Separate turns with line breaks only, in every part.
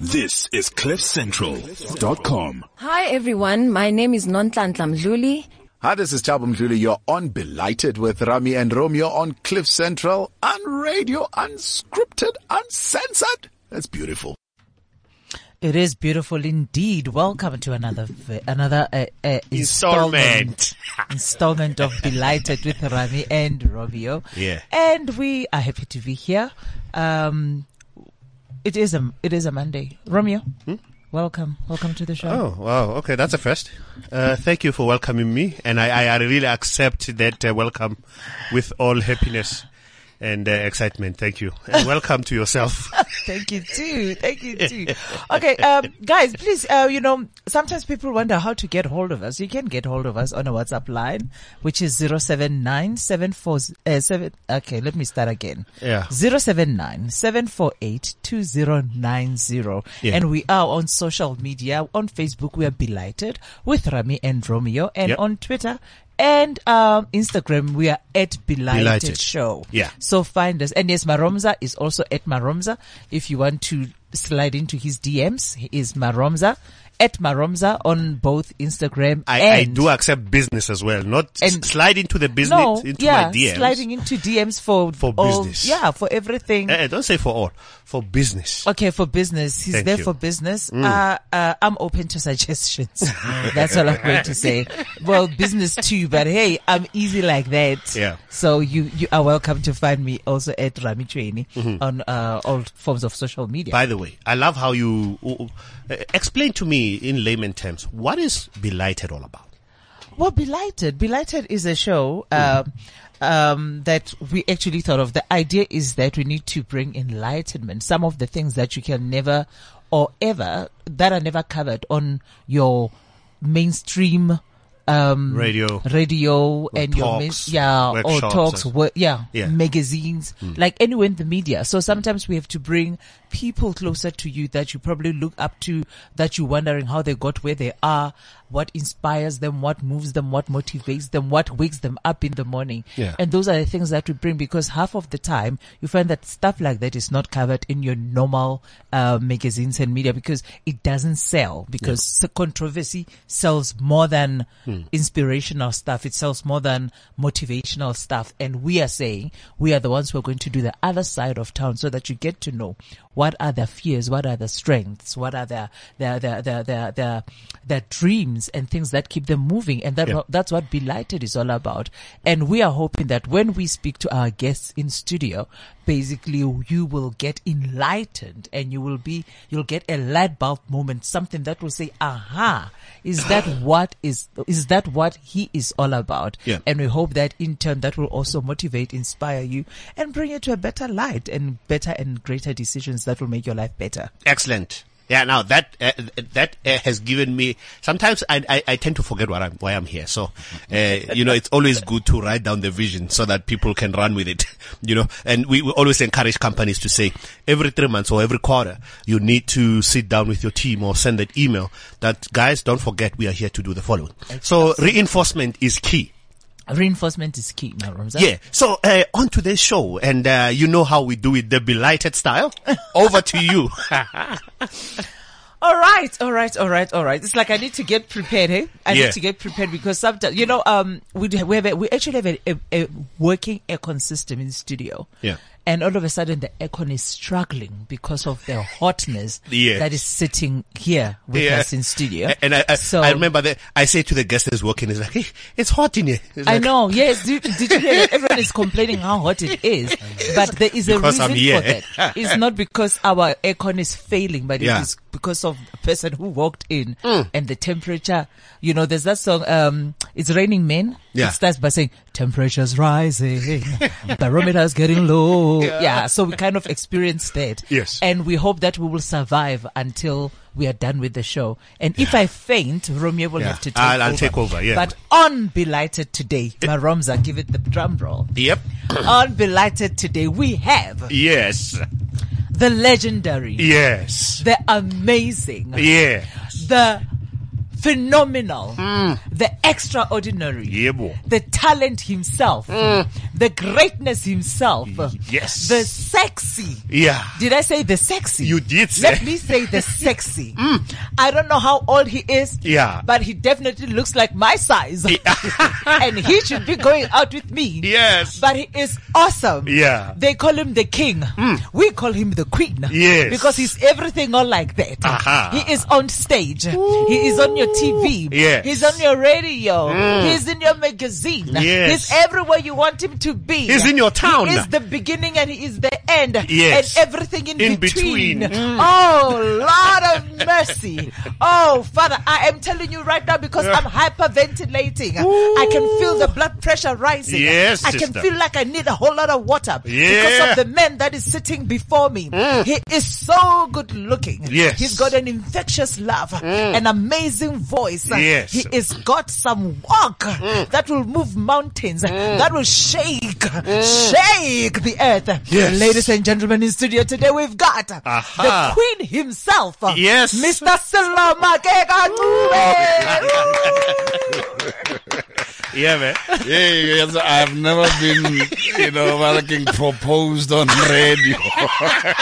This is CliffCentral.com.
Hi everyone, my name is Nontlantla Mdluli.
Hi, this is Thabo Mdluli. You're on Belighted with Rami and Romeo on Cliff Central, on radio, unscripted, uncensored. That's beautiful.
It is beautiful indeed. Welcome to another v- another uh, uh,
Installment.
installment installment of Delighted with Rami and Romeo.
Yeah.
and we are happy to be here. Um, it is a it is a Monday. Romeo, welcome, welcome to the show.
Hmm? Oh, wow. Okay, that's a first. Uh, thank you for welcoming me. And I, I, I really accept that uh, welcome with all happiness and uh, excitement. Thank you. And welcome to yourself.
Thank you too. Thank you too. Okay, um, guys, please, uh, you know, sometimes people wonder how to get hold of us. You can get hold of us on a WhatsApp line, which is 079 uh, seven, okay, let me start again.
Yeah.
079 748 2090.
Yeah.
And we are on social media. On Facebook, we are Belighted with Rami and Romeo. And
Yep.
on Twitter and um, Instagram, we are at Belighted,
Belighted.
Show.
Yeah.
So find us. And yes, Maromza is also at Maromza. If you want to slide into his DMs, he is Maromza at Maromza on both Instagram
I, I
and
do accept business as well, not s-
And-
slide into the business,
no,
into
yeah,
my DMs.
sliding into DMs for
For
all-
business.
yeah, for everything.
Eh, eh, don't say for all, for business.
Okay, for business. He's
Thank
there
you. Mm.
for business. Uh, uh, I'm open to suggestions. That's all I'm going to say. Well, business too, but hey, I'm easy like that.
Yeah.
So you, you are welcome to find me also at Rami Trainee
Mm-hmm.
on, uh, all forms of social media.
By the way, I love how you uh, uh, explain to me in layman terms what is Belighted all about?
Well, Belighted. Belighted is a show um, um, that we actually thought of. The idea is that we need to bring enlightenment, some of the things that you can never or ever, that are never covered on your mainstream um,
Radio.
radio and your main-
talks,
yeah or
workshops
talks
and-
wo- yeah,
Yeah. Hmm.
magazines like anywhere in the media so sometimes we have to bring people closer to you that you probably look up to that you're wondering how they got where they are what inspires them what moves them what motivates them what wakes them up in the morning
Yeah.
and those are the things that we bring because half of the time you find that stuff like that is not covered in your normal uh, magazines and media because it doesn't sell because s- controversy sells more than inspirational stuff. It sells more than motivational stuff. And we are saying we are the ones who are going to do the other side of town so that you get to know what are their fears, what are their strengths, what are their, their, their, their, their, their, their dreams and things that keep them moving. And that,
Yeah.
that's what Belighted is all about. And we are hoping that when we speak to our guests in studio, basically you will get enlightened and you will be, you'll get a light bulb moment, something that will say, aha, is that what is, is that what he is all about?
Yeah.
And we hope that in turn that will also motivate, inspire you and bring you to a better light and better and greater decisions that will make your life better.
Excellent. Yeah, now that uh, that uh, has given me. Sometimes I, I I tend to forget what I'm why I'm here. So, uh, you know, it's always good to write down the vision so that people can run with it. You know, and we, we always encourage companies to say every three months or every quarter you need to sit down with your team or send that email that guys don't forget we are here to do the following. So reinforcement is key.
Reinforcement is key, Marumza.
Yeah. So uh, on to this show, and uh, you know how we do it, the belighted style. Over to you.
All right, all right, all right, all right. It's like I need to get prepared, hey? I
Yeah.
need to get prepared because sometimes, you know, um, we do- we have a, we actually have a, a, a working aircon system in the studio.
Yeah.
And all of a sudden, the aircon is struggling because of the hotness
Yes.
that is sitting here with
Yeah.
us in studio.
A- And I, I,
so
I remember that I say to the guest that's walking, it's like, hey, it's hot in here. It's
I
like,
know. Yes. Did, did you hear that? Everyone is complaining how hot it is, but there is a
Because
reason
I'm here.
for that. It's not because our aircon is failing, but
Yeah. Mm.
it is because of the person who walked in and the temperature. You know, there's that song. Um, it's raining men.
Yeah.
It starts by saying temperatures rising, barometers getting low. Yeah. So we kind of experienced that.
Yes.
And we hope that we will survive until we are done with the show. And if I faint, Romeo will
Yeah.
have to take
I'll-
over.
I'll take over, yeah.
But on Belighted Today, Maromza, give it the drum roll.
Yep.
on Belighted Today, we have
Yes.
the legendary,
Yes.
the amazing,
Yeah.
the phenomenal,
Hmm.
the extraordinary,
Yebo.
the talent himself, the greatness himself,
Hmm. yes.
the sexy.
Yeah.
Did I say the sexy?
You did say.
Let me say the sexy. I don't know how old he is.
Yeah.
But he definitely looks like my size. and he should be going out with me.
Yes.
But he is awesome.
Yeah. Hmm.
They call him the king. We call him the queen.
Yes.
Because he's everything all like that.
Aha.
He is on stage. He is on your TV.
Yes. Hmm.
He's on your radio. He's in your magazine.
Yes.
He's everywhere you want him to be.
He's in your town.
He is the beginning and he is the end.
Yes.
And everything in,
In between. Hmm.
Oh, Lord of mercy. Oh, Father, I am telling you right now because I'm hyperventilating. I can feel the blood pressure rising.
Yes,
I can
sister.
feel like I need a whole lot of water because
Yeah. Mm.
of the man that is sitting before me. He is so good looking.
Yes. Mm.
He's got an infectious laugh, an amazing voice.
Yes. Mm.
He is got some walk that will move mountains, that will shake, shake the earth.
Mm. Yes.
Ladies and gentlemen in studio today, we've got
Aha.
the queen himself.
Yes. Oh,
Mr. Seloma Kekacube.
Yeah, man.
Yeah, yes, I've never been, you know, fucking proposed on radio.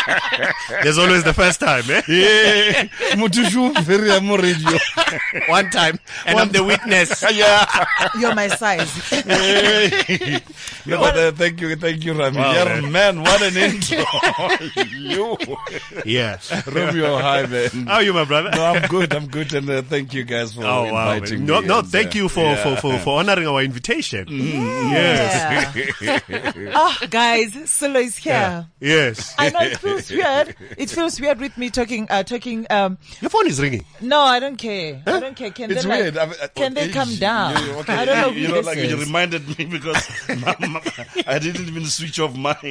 There's always the first time, eh?
Yeah, Mutushu very am radio.
One time. And I'm the witness.
Yeah,
You're my size.
no, but, uh, thank you, thank you, Rami.
Wow,
yeah,
man.
man. what an intro. you,
Yeah.
Romeo, hi, man.
How are you, my brother?
No, I'm good. I'm good, and uh, thank you guys for
Oh wow!
inviting me.
No, no,
and, uh,
thank you for,
yeah. Mm-hmm.
for, for, for honoring our invitation.
Yeah. oh, guys, Solo is here.
Yes,
I know it feels weird. It feels weird with me talking, uh, talking, um,
your phone is ringing.
no, I don't care. I don't care. Can
It's
they like-
weird. I mean, I-
can they
oh,
come
you-
down?
you- okay,
I don't know who
You know,
this
like
is.
you reminded me because my- my- I didn't even switch off mine.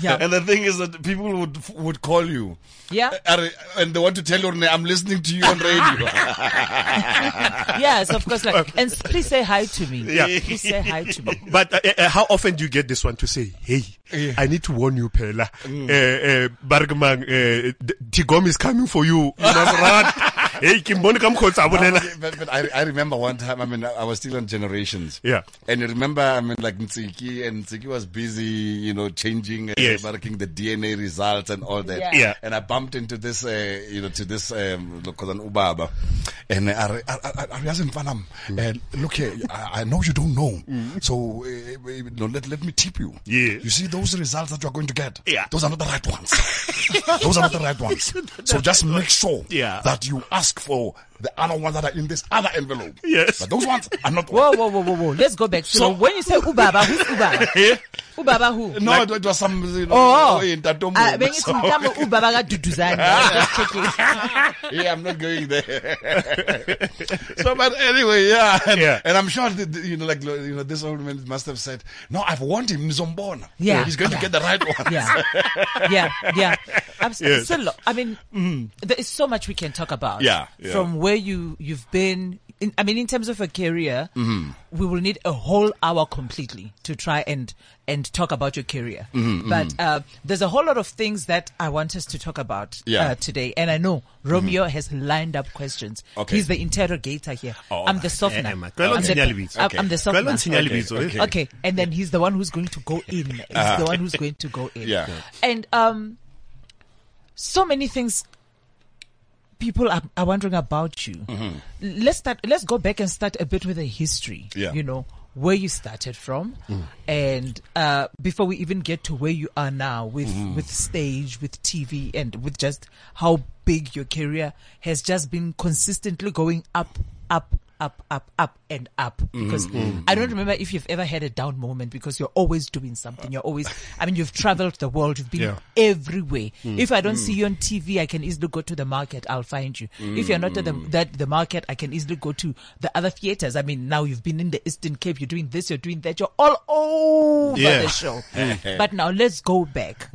Yeah.
And the thing is that people would would call you.
Yeah.
Are- And they want to tell you, I'm listening to you on radio.
yes, of course. Like, and s- please say hi to me.
Yeah.
Please say hi to me.
But uh, uh, how often do you get this one to say, "Hey, I need to warn you, Pela,
Mm.
uh, uh, Bergman, uh, D- Tigom is coming for you." You must run. Hey, Kimboni kamkhotsa bolela.
but, but I, I remember one time, I mean, I, I was still on Generations.
Yeah.
And I remember, I mean, like Ntsiki, and Ntsiki was busy, you know, changing, uh,
Yes.
marking the DNA results and all that.
Yeah.
Yeah.
And I bumped into this, uh, you know, to this, um, look, an Ubaba. And uh, I, I, I, I asked him, Fanam,
Mm.
uh, look here, I, I know you don't know. So, uh, uh, no, let, let me tip you.
Yeah.
You see those results that you're going to get?
Yeah.
Those are not the right ones. those are not the right ones. So just make sure
Yeah.
that you ask for the other ones that are in this other envelope.
Yes.
But those ones are not.
Whoa, whoa, whoa, whoa, whoa. Let's go back. So,
So-
when you say Ubaba, who's Ubaba?
Yeah.
Ubaba who?
No, it was some. You know,
Oh,
in Tatomo.
Ah, when it's
So-
Mutamo Ubaba ga Duduzani. I was just checking.
yeah, I'm not going there. so, but anyway, yeah. And,
Yeah.
and I'm sure, that, you know, like, you know, this old man must have said, no, I've warned him, Zombona.
Yeah.
He's going
Yeah.
to get the right one.
Yeah, yeah, yeah. I'm s-
Yes.
still. I mean, there is so much we can talk about.
Mm-hmm. Yeah, yeah.
from where you you've been. In, I mean, in terms of a career,
Mm-hmm.
we will need a whole hour completely to try and and talk about your career.
Mm-hmm,
But Uh, there's a whole lot of things that I want us to talk about
Yeah. Mm-hmm.
uh, today, and I know Romeo has lined up questions.
Okay. Oh,
He's the interrogator here. I'm the softener.
Eh, ma-
I'm,
dwell on signal
the,
beats.
I'm-
Okay. eh?
I'm the
Dwell on
softener.
signal beats, okay.
okay.
Okay, and then he's the one who's going to go in. He's the one who's going to go in.
Uh-huh. Yeah.
And um, so many things people are, are wondering about you. Let's start. Let's go back and start a bit with the history.
Mm-hmm. Yeah. Mm.
You know where you started from, and uh, before we even get to where you are now with
Mm.
with stage, with TV, and with just how big your career has just been consistently going up, up. Up, up, up, and up. Because
Mm-hmm.
I don't remember if you've ever had a down moment because you're always doing something. You're always, I mean, you've traveled the world. You've been
Yeah. Mm.
everywhere. If I don't see you on TV, I can easily go to the market. I'll find you. If you're not at the,
Mm.
that, the market, I can easily go to the other theaters. I mean, now you've been in the Eastern Cape. You're doing this. You're doing that. You're all over
Yeah. Mm-hmm.
the show. but now let's go back.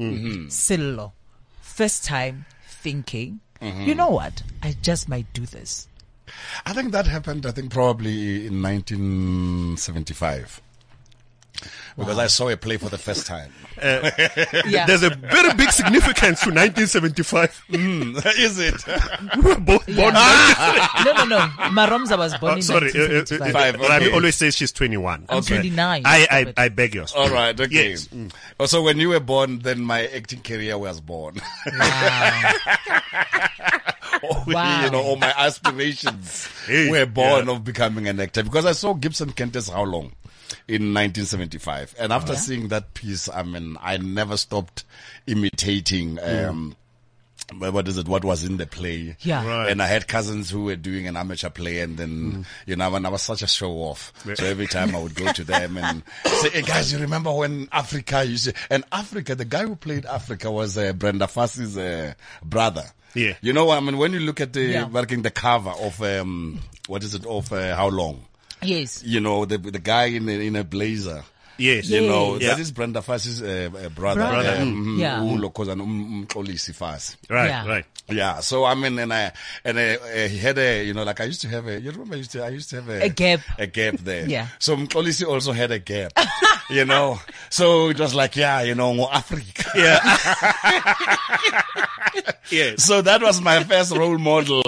Silo. First time thinking,
Mm-hmm.
you know what? I just might do this.
I think that happened, I think, probably in 1975. because I saw her play for the first time.
Yeah.
There's a very big significance to 1975.
Is it?
We were both born.
Ah!
no, no, no. Maromza was Ah! born
Oh,
in
sorry, uh, uh,
1975.
Five,
Rami
okay.
always says she's 21.
I'm 29.
I, I, I beg yours.
All right. Okay.
Yes. Mm.
Also, when you were born, then my acting career was born. Or,
Wow.
You know, all my aspirations
Hey,
were born
yeah.
of becoming an actor because I saw Gibson Kentes how long in 1975,
Oh,
and after seeing that piece, I mean, I never stopped imitating.
Mm.
Um, What is it? What was in the play?
Yeah. Right.
And I had cousins who were doing an amateur play, and
Mm.
then you know, and I was such a show off. So every time I would go to them and say, "Hey guys, you remember when Africa used?" To, and Africa, the guy who played Africa was uh, Brenda Fass's uh, brother.
Yeah.
You know, I mean, when you look at the
Yeah.
working the cover of um, what is it of uh, how long?
Yes.
You know, the the guy in a, in a blazer.
Yes.
You know,
Yeah.
that is Brenda Fass's uh, uh, brother,
Brother.
Um,
Yeah.
who Lokozana um, Mxolisi Fassi.
Right,
Yeah.
right.
Yeah, so I mean, and I and I, uh, he had a, you know, like I used to have a, you remember, I used to, I used to have a,
A gap.
a gap there.
Yeah.
So Mkolisi also had a gap, you know. So it was like, yeah, you know, ngo Africa.
Yeah. yes.
So that was my first role model,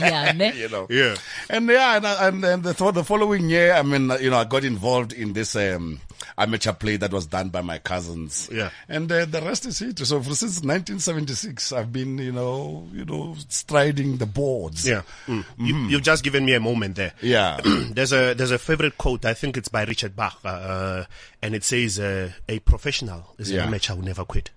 Yeah. Ne?
you know.
Yeah.
And yeah, and, I- and, and the, th- the following year, I mean, uh, you know, I got involved in this um, amateur play that was done by my cousins.
Yeah.
And uh, the rest is history. So for, since 1976, I've been, you know, you know, striding the boards.
Yeah. You, you've just given me a moment there.
Mm. Yeah.
there's a there's a favorite quote. I think it's by Richard Bach, uh, uh, and it says, uh, "A professional is
Yeah.
an amateur who never quit."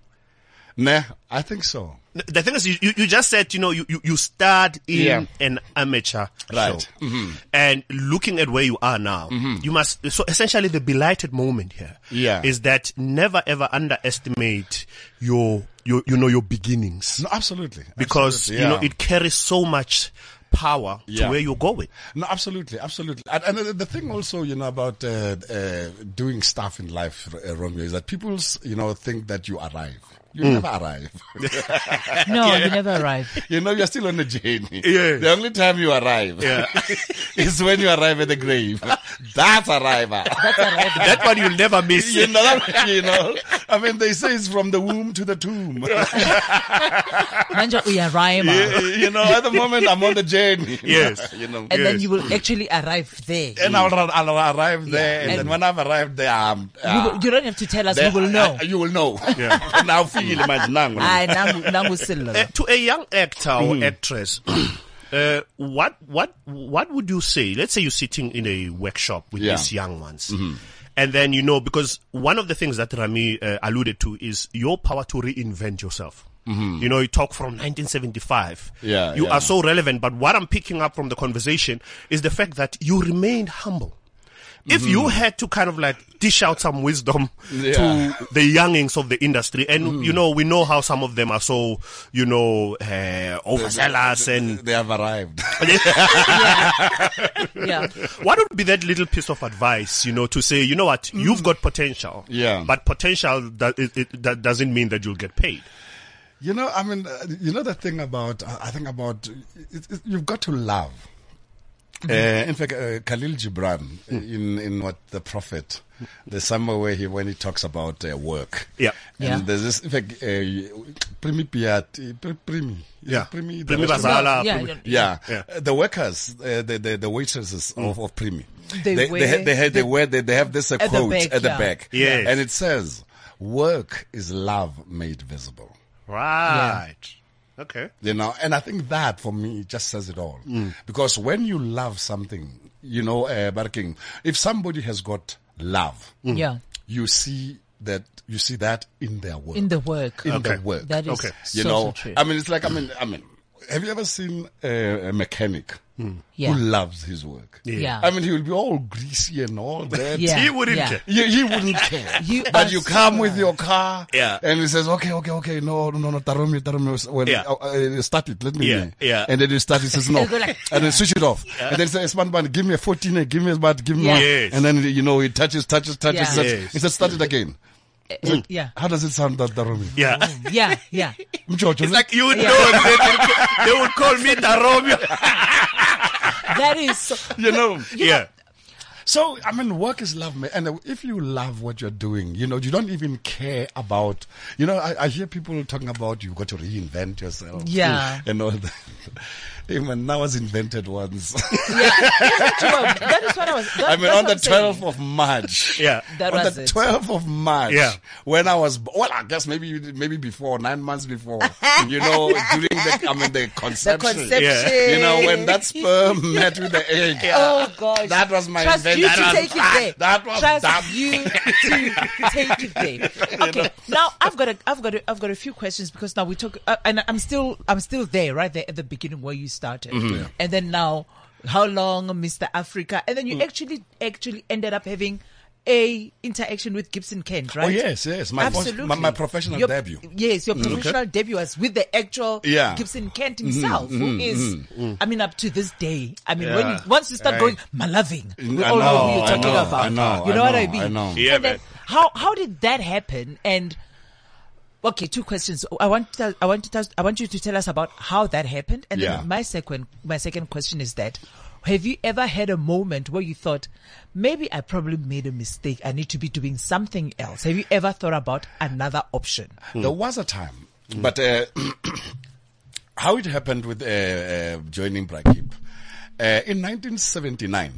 Nah, I think so.
The- The thing is, you, you you just said, you know, you, you, you start in
Yeah.
an amateur
Right.
show.
Mm-hmm.
Mm-hmm. And looking at where you are now, you must, so essentially the belighted moment here is
Yeah.
that never ever underestimate your, your, you know, your beginnings.
No, absolutely.
because,
Absolutely,
you know,
yeah.
it carries so much power
Yeah.
to where you're going.
No, absolutely, absolutely. And, and the- the thing also, you know, about uh, uh, doing stuff in life, uh, Romeo, is that people, s- you know, think that you arrive. You
Mm.
never arrive.
No, you never arrive.
you know, you're still on the journey.
Yeah.
The only time you arrive is when you arrive at the grave. That's arrival.
that one you'll never miss.
you know, that- you know. I mean, they say it's from the womb to the tomb.
Manje uyarima.
you know, at the moment I'm on the journey.
Yes.
you know.
ah. And then
Yes.
you will actually arrive there.
and I'll, I'll arrive there, and,
And-
then when I've arrived there, I'm.
You,
ah,
will- you don't have to tell us.
there-
we will
I-
know.
I- you will know. now feel
I,
imagine.
nangu, nangu sililo.
Uh, to a young actor or
Mm.
actress, uh, what what what would you say? Let's say you're sitting in a workshop with
Yeah. Mm-hmm.
these young ones, and then you know because one of the things that Rami uh, alluded to is your power to reinvent yourself. You know, you talk from 1975.
Mm-hmm. Yeah,
you
yeah.
are so relevant. But what I'm picking up from the conversation is the fact that you remained humble. If
Mm-hmm.
you had to kind of like dish out some wisdom
Yeah. Mm.
to the youngings of the industry, and you know, we know how some of them are so, you know, uh, overzealous, and
They have arrived.
Yeah.
what would be that little piece of advice, you know, to say, you know what, you've got potential,
Mm. Yeah.
but potential that it, it, that doesn't mean that you'll get paid.
You know, I mean, uh, you know the thing about uh, I I think about it, it, you've got to love.
Mm-hmm.
Uh, in fact, uh, Khalil Gibran
Mm.
uh, in in what the Prophet, there's somewhere where he when he talks about uh, work.
Yeah.
Yeah.
And there's this in fact, uh, Primi Piat, uh, Primi, Is it
Yeah.
Primi, the
Primi
restaurant?
Basala.
Yeah,
Primi-
Yeah.
Yeah. Mm.
Uh, the workers, uh, the, the the waitresses of, of Primi,
They
they
wear-
they ha- they, ha- they wear they, they have this uh,
At the
quote
back,
at the
yeah.
back,
Yes.
and it says, "Work is love made visible."
Right. Okay.
You know, and I think that for me just says it all.
Mm.
Because when you love something, you know, uh, Barking, if somebody has got love,
Mm. Yeah.
you see that you see that in their work.
In the work.
in
Okay.
their work.
That is
Okay.
so,
you know,
so true.
I mean, it's like I mean, I mean, have you ever seen a, a mechanic
Mm. Yeah.
who loves his work?
yeah.
I mean, he will be all greasy and all that.
yeah.
He wouldn't
yeah.
care.
He, he wouldn't care.
You
but
are
you
so
come with your car,
Yeah.
and he says, "Okay, okay, okay, no, no, no, no, Tarumi, Tarumi, well,
Yeah.
uh, uh, start it, let me,
Yeah, yeah.
and then you start, he says, no,
go like-
and then switch it off, and then he says, man, man, give me a fourteen, eh, give me a bat, give me,
Yeah.
one."
Yes.
and then you know he touches, touches, touches,
Yeah.
touches.
Yes.
he says, start it again.
Yeah.
How does it sound, that Tarumi?
Yeah.
Oh.
Yeah. Yeah.
Mjojo,
It's like you would know. They, they- they would call me Daromio.
That is so.
you know,
Yeah.
So, I mean, work is love, man. And if you love what you're doing, you know, you don't even care about, you know, I, I hear people talking about you've got to reinvent yourself.
Yeah.
And all that. Hey, man, I was invented once.
Twelve. That is what I was. That,
I mean,
that's what
on the
I'm saying.
12th of March.
Yeah.
That
on
was
the
it.
12th of March.
Yeah.
When I was, b- well, I guess maybe, you did- maybe before, nine months before, you know, during the, I mean, the
The
conception.
conception.
Yeah.
You know, when that sperm met with the egg.
Oh gosh.
That was my
Trust
invention.
you
That
to
was-
take it there.
that was
Trust
dumb.
you to take it there. Okay. Now I've got a, I've got a, I've got a few questions because now we talk, uh, and I'm still, I'm still there, right there at the beginning where you started,
Mm-hmm.
and then now, how long, Mr. Africa, and then
Mm.
you actually, actually ended up having a interaction with Gibson Kent, right?
Oh, yes, yes. My first-
Absolutely.
my- my professional
Your-
debut. Mm.
Yes, your professional debut was with the actual
Yeah. Mm-hmm.
Gibson Kent himself, who is, I mean, up to this day, I mean, when you,
Yeah.
once you start
Right.
going, Malaving, we
I
all know,
know,
who you're
I
talking
know,
about.
I know,
you know
I
what I
know,
mean?
I know.
Yeah,
And then
man.
how how did that happen? And okay, two questions. I want to, I want to touch, I want you to tell us about how that happened. And
Yeah.
then my second my second question is that. Have you ever had a moment where you thought, maybe I probably made a mistake. I need to be doing something else. Have you ever thought about another option?
There was a time, but uh, how it happened with uh, uh, joining Brakip uh, in 1979,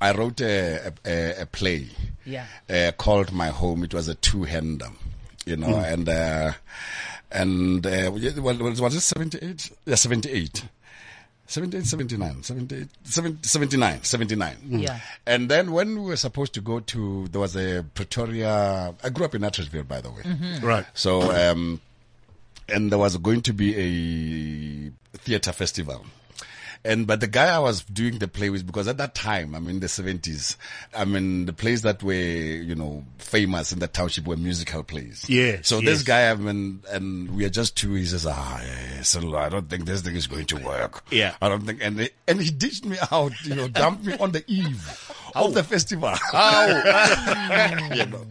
I wrote a, a- a, a play
Yeah.
uh, called My Home. It was a two-hander, you know,
Hmm.
and uh, and uh, well, was was it 78? Yeah, 78. 78, 79, 78, 79, 79.
Hmm. Yeah.
And then when we were supposed to go to, there was a Pretoria, I grew up in Attersville, by the way.
Mm-hmm.
Right.
So, um, and there was going to be a theater festival. And, but the guy I was doing the play with, because at that time, I mean, the seventies, I mean, the plays that were, you know, famous in the township were musical plays.
Yes,
So this
yes.
guy, I mean, and we are just two, he says, ah, yeah, yeah, so I don't think this thing is going to work.
Yeah.
I don't think, and, they, and he ditched me out, you know, dumped me on the eve
Oh.
of the festival. You know.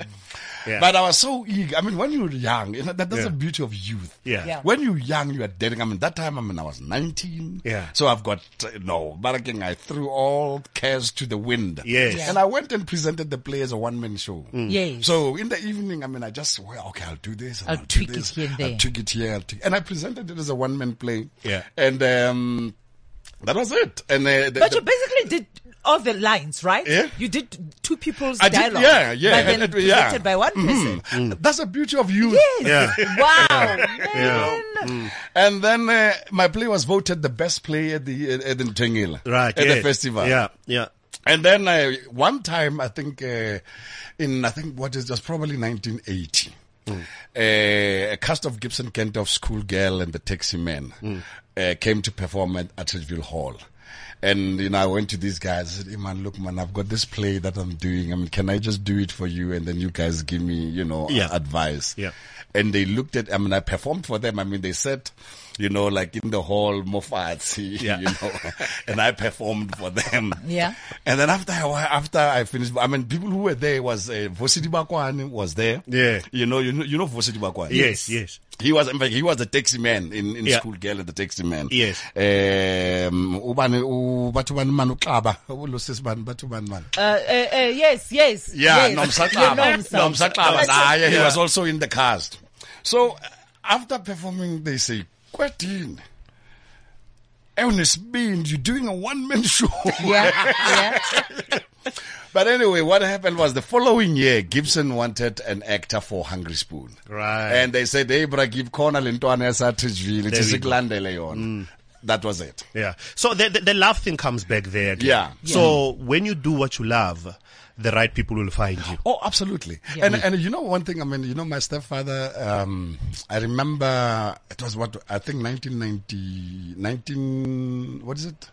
Yeah.
But I was so eager. I mean, when you're young, you know, that, that's
Yeah.
the beauty of youth.
Yeah. Yeah.
When you're young, you are dating. I mean, that time, I mean, I was 19.
Yeah.
So I've got, uh, no, but again, I threw all cares to the wind.
Yes. Mm. Yeah.
And I went and presented the play as a one man show.
Yes.
Mm. So in the evening, I mean, I just, well, okay, I'll do this. and
Mm. I'll
do
tweak it
this,
here and
I'll
there.
tweak it here. I'll tweak- And I presented it as a one man play.
Yeah.
And, um, that was it. And, uh, the-
But
the-
you basically did all the lines, right?
Yeah.
You did two people's
I did-
dialogue.
yeah, yeah,
But then
and it- yeah. Mm-hmm.
presented by one person.
that's the beauty of youth. Mm.
Yes. Wow. Man.
And then uh, my play was voted the best play at the at, the Ntengela,
Right.
at
yeah.
the festival.
Yeah. Yeah.
And then uh, one time, I think uh, in I think what is just probably 1980,
Hmm.
uh, a cast of Gibson Kent of Schoolgirl and the Taxi Man
Hmm.
uh, came to perform at Attersville Hall. And you know, I went to these guys. I said, "Hey man, look, man, I've got this play that I'm doing. I mean, can I just do it for you? And then you guys give me, you know,
Yeah.
advice."
Yeah.
And they looked at. I mean, I performed for them. I mean, they said, you know, like in the hall, Mofatsi,
Yeah.
you know, and I performed for them.
Yeah.
And then after a while, after I finished, I mean, people who were there was uh, Vosidi Bakwane was there.
Yeah.
You know, you know, you know Vosidi Bakwane.
Yes. Yes.
He was, in fact, he was the taxi man in, in
Yeah.
school girl and the taxi man.
Yes.
Um, ubani, u, batubani man uklaba, ulosisi Oh, bani, batubani man.
Uh, uh, uh, yes, yes.
Yeah,
yes.
Nomsa
Yeah,
Klaba.
Nomsa.
Nomsa Klaba. Ah, yeah, he
Yeah.
was also in the cast. So, uh, after performing, they say, Quentin, Ernest Bean, you're doing a one-man show.
Yeah, yeah.
But anyway, what happened was the following year, Gibson wanted an actor for Hungry Spoon.
Right.
And they said, hey, bra, give Cornell into an Sartridgeville. It
There
is
we go. Mm.
Leon. That was it.
Yeah. So the, the the love thing comes back there. Again.
Yeah.
So when you do what you love, the right people will find you.
Oh, absolutely.
Yeah.
And and you know one thing, I mean, you know, my stepfather, um, I remember it was what, I think 1990, 19, what is it?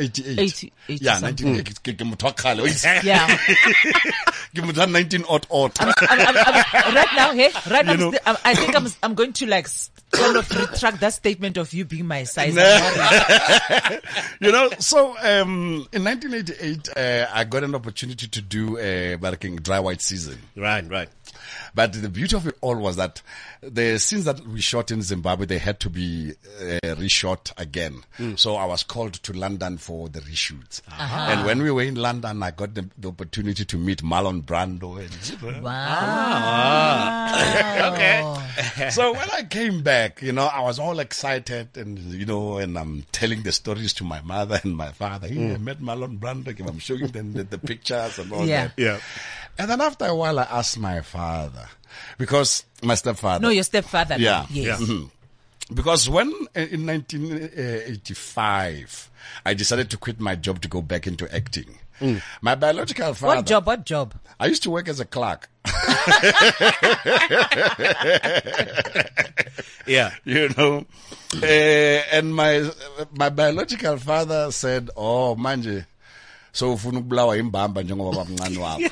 88.
Eighty- eighty
yeah,
something.
1988.
Yeah.
Give me that 19 odd odd.
I'm, I'm, I'm, right now, hey, right now, I'm
know.
sti- I'm, I think I'm, I'm going to like s- kind of retract that statement of you being my size. I'm married.
you know, so um, in 1988, uh, I got an opportunity to do uh, a barking dry white season.
Right, right.
But the beauty of it all was that the scenes that we shot in Zimbabwe, they had to be uh, reshot again. So I was called to London for the reshoots. And when we were in London, I got the, the opportunity to meet Marlon Brando. And
Wow.
so when I came back, you know, I was all excited and, you know, and I'm telling the stories to my mother and my father. Hey, I
Mm.
met Marlon Brando. and I'm showing them the, the pictures and all
Yeah.
that.
Yeah.
And then after a while, I asked my father, because my stepfather.
No, your stepfather.
Yeah.
Yes.
Because when uh, in 1985, I decided to quit my job to go back into acting. My biological father.
Mm. What job? What job?
I used to work as a clerk.
Yeah.
you know. Uh, and my my biological father said, "Oh, manje, so ufuna ukubulawa imbamba njengoba bamncane wakho."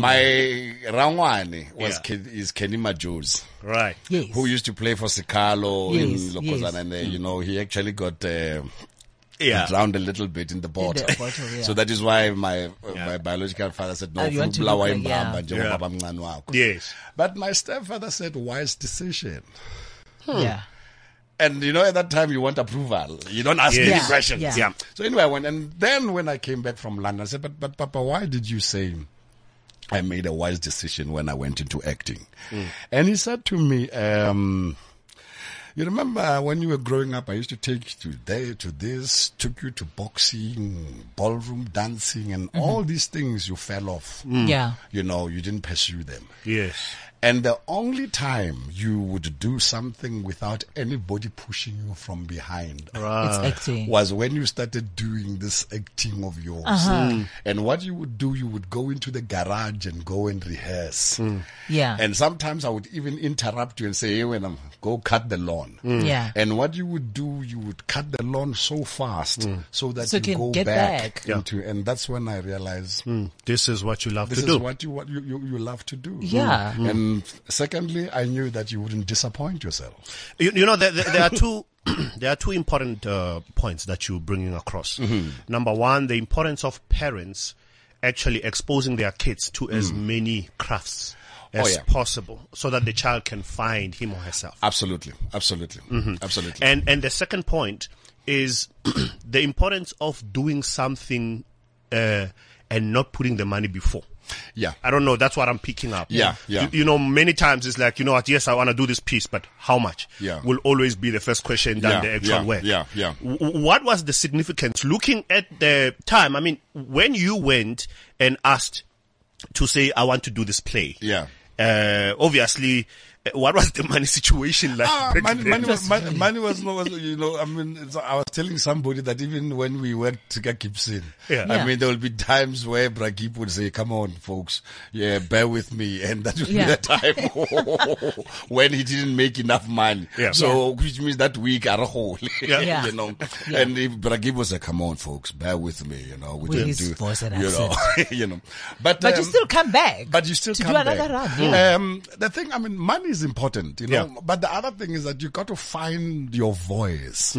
My rangwane was
Yeah.
Ken, is Kenima Jones.
Right.
Yes.
Who used to play for Sicalo
Yes,
in Lokozana,
yes.
and uh, you know he actually got uh,
Yeah.
drowned a little bit in the bottle.
bottle, yeah.
So that is why my uh,
Yeah.
my biological father said, "No,
Oh, you want to
ufuna ukubulawa
look like- yeah.
imbamba njengoba
Yeah.
bamncane wakho."
Yes.
But my stepfather said, wise decision. Hmm.
Yeah.
And you know, at that time, you want approval. You don't ask
Yeah.
any
Yeah,
questions.
yeah.
Yeah.
So anyway, I went, and then when I came back from London, I said, but, but Papa, why did you say I made a wise decision when I went into acting?
Hmm.
And he said to me, um, you remember when you were growing up, I used to take you to there, to this, took you to boxing, ballroom dancing, and all these things you fell off.
Mm-hmm. Yeah.
You know, you didn't pursue them.
Yes.
And the only time you would do something without anybody pushing you from behind
It's
Uh,
acting.
was when you started doing this acting of yours.
Uh-huh.
Mm. And what you would do, you would go into the garage and go and rehearse.
Yeah.
And sometimes I would even interrupt you and say, hey, when I'm, go cut the lawn.
Yeah.
And what you would do, you would cut the lawn so fast so that
So
you
you can
go
get
back,
back.
Yeah.
into, and that's when I realized
This is what you love
this
to
is
do.
what you what you, you, you love to do. Mm.
Yeah.
And secondly, I knew that you wouldn't disappoint yourself.
You, you know, there, there, there are two. there are two important uh, points that you're bringing across. Number one, the importance of parents actually exposing their kids to as many crafts as
yeah.
possible, so that the child can find him or herself.
Absolutely, absolutely, absolutely.
And and the second point is the importance of doing something uh, and not putting the money before.
yeah,
I don't know. That's what I'm picking up.
Yeah, yeah.
You, you know, many times it's like, you know what? Yes, I want to do this piece, but how much?
Yeah.
Will always be the first question than
Yeah,
the actual
yeah,
work.
yeah, yeah.
W- w- what was the significance? Looking at the time, I mean, when you went and asked to say, I want to do this play.
yeah.
Uh, obviously, uh, what was the money situation like?
Ah,
back
money,
then?
money, was, money, money was no, was, you know, I mean, it's- I was telling somebody that even when we worked Tika Gibson,
Yeah.
I
Yeah.
mean, there will be times where Bragip would say, come on, folks, yeah, bear with me. And that would
Yeah.
be the time when he didn't make enough money.
Yeah.
So, which means that week, are whole,
Yeah.
you know. And if Bragip was like, come on, folks, bear with me, you know, we
With
didn't
his
do,
voice and
you know, you know, but,
But you
um,
still come back.
but you still
to
come
do another
back.
round. Yeah.
Um, the thing, I mean, money is important, you know.
Yeah.
But the other thing is that you got to find your voice.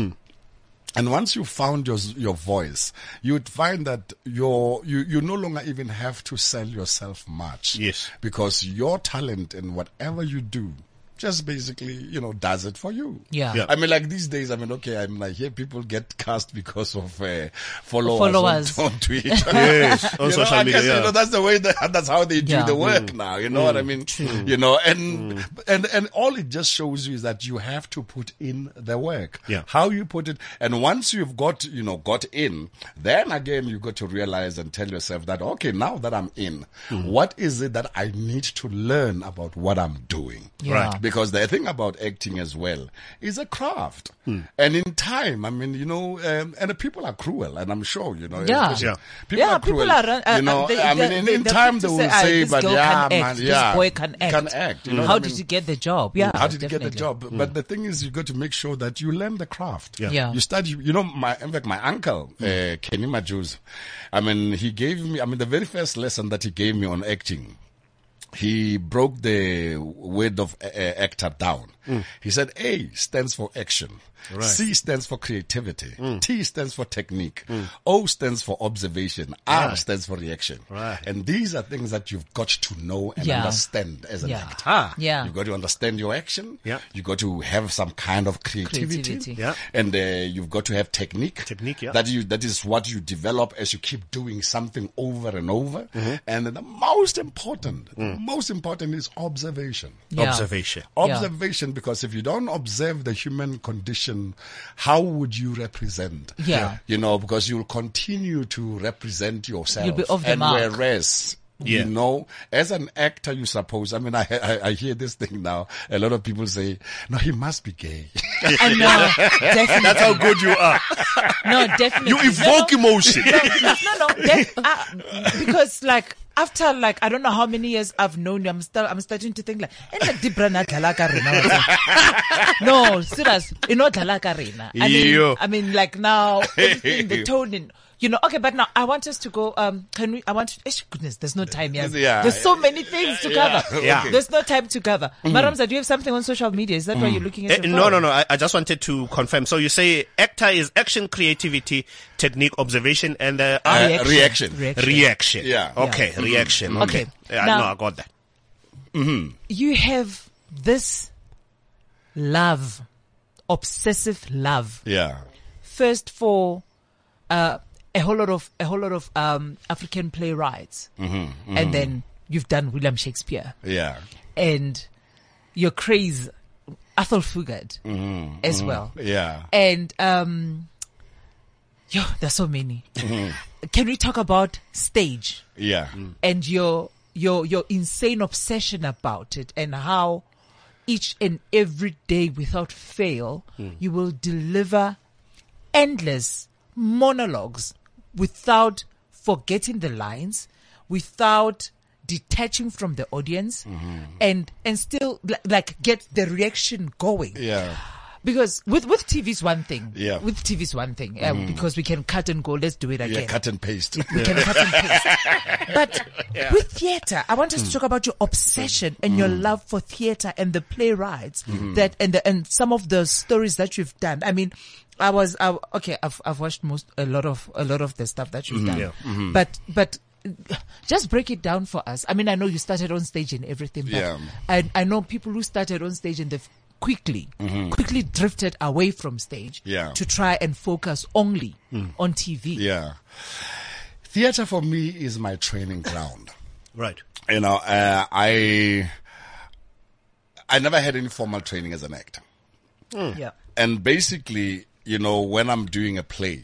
And once you found your your voice, you'd find that your you you no longer even have to sell yourself much.
Yes.
because your talent and whatever you do, just basically you know does it for you.
Yeah. Yeah.
I mean, like these days, I mean, okay, I'm like here, people get cast because of uh, followers,
Followers.
On, on Twitter.
yes, on
You know,
social
I
media.
guess, you
yeah. Mm.
know, that's the way that, that's how they do
Yeah.
the work now. You know what I mean? You know, and, and, and all it just shows you is that you have to put in the work.
Yeah.
How you put it. And once you've got, you know, got in, then again, you got to realize and tell yourself that, okay, now
Mm.
that I'm in, what is it that I need to learn about what I'm doing?
Yeah. Right.
Because because the thing about acting as well is a craft.
Hmm.
And in time, I mean, you know, um, and the people are cruel, and I'm sure, you know,
Yeah.
especially-
Yeah.
people
Yeah,
are cruel.
people are, uh, uh,
you know,
they-
I mean,
they-
in,
they-
in
they
time
have
they
to
will
say, "Ah,
say,
this
but
girl
yeah,
can
man,
act,
yeah,
this boy can act." Hmm.
can act. You know,
How
what I
did
mean?
you get the job? Yeah.
How did you get the
definitely.
job? But the thing is, you got to make sure that you learn the craft.
Hmm. Yeah.
Yeah. Hmm.
You study, you know, my, in fact, my uncle, uh, Kenny Majus, I mean, he gave me, I mean, the very first lesson that he gave me on acting, he broke the word of uh, actor down.
Hmm.
He said A stands for action. C stands for creativity.
Hmm.
T stands for technique. O stands for observation. R stands for reaction.
Right.
And these are things that you've got to know and
Yeah.
understand as an
Yeah.
actor.
Yeah.
You've got to understand your action.
Yeah.
You've got to have some kind of creativity.
Creativity.
Yeah.
And uh, you've got to have technique.
Technique, yeah.
That you that is what you develop as you keep doing something over and over.
Mm-hmm.
And the most important, the most important is observation.
Yeah.
Observation.
Yeah.
Observation, because if you don't observe the human condition, how would you represent?
Yeah.
You know, because you'll continue to represent yourself.
You'll be off the
and
mark.
whereas,
Yeah.
you know, as an actor, you suppose, I mean, I, I, I hear this thing now. A lot of people say, no, he must be gay.
I know, definitely. That's how
Good you are.
No, definitely.
You evoke emotion.
no, no, def- uh, because like after like I don't know how many years I've known you, I'm still I'm starting to think like, "Eh, na di bra na dlala ka rena wa tseba?" no, serious, you know, dlala ka rena. I
Yo.
mean, I mean, like now everything, the tone, and, you know. Okay, but now I want us to go. Um, can we? I want. eh, goodness, there's no time yet.
Yeah.
there's so many things to
Yeah. Mm.
cover.
Yeah. Okay.
there's no time to cover. Madam, do you have something on social media? Is that why you're looking
Eh,
at? your
no,
phone?
no, no. I, I just wanted to confirm. So you say actor is action, creativity, technique, observation, and the
Ah,
Uh,
other-
reaction.
reaction.
Yeah.
Okay.
Yeah.
Reaction. Mm-hmm. Okay.
Okay.
Yeah,
Now-
no, I got that.
you have this love, obsessive love,
yeah.
first for uh, a whole lot of a whole lot of um, African playwrights, and then you've done William Shakespeare,
Yeah.
and your craze, Athol Fugard, as well,
Yeah.
and um, yo, there's so many. Can we talk about stage?
Yeah.
Mm.
and your your your insane obsession about it and how each and every day without fail
Hmm.
you will deliver endless monologues without forgetting the lines without detaching from the audience
Mm-hmm.
and and still li- like get the reaction going
Yeah.
because with with TV is one thing
Yeah. Mm-hmm.
with TV is one thing uh, because we can cut and go let's do it
Yeah.
again
Cut and paste.
we can cut and paste. But with theatre, I
Hmm.
want us to talk about your obsession and your love for theatre and the playwrights
Hmm.
that and the, and some of the stories that you've done. I mean, I was I, okay. I've I've watched most a lot of a lot of the stuff that
Hmm.
you've done, but but. uh, Just break it down for us. I mean, I know you started on stage and everything, but
Yeah.
I, I know people who started on stage and they've quickly, quickly drifted away from stage
Mm-hmm. Yeah. Mm.
to try and focus only on TV.
yeah. Theater for me is my training ground.
Right.
you know, uh, I I never had any formal training as an actor,
yeah.
and basically, you know, when I'm doing a play,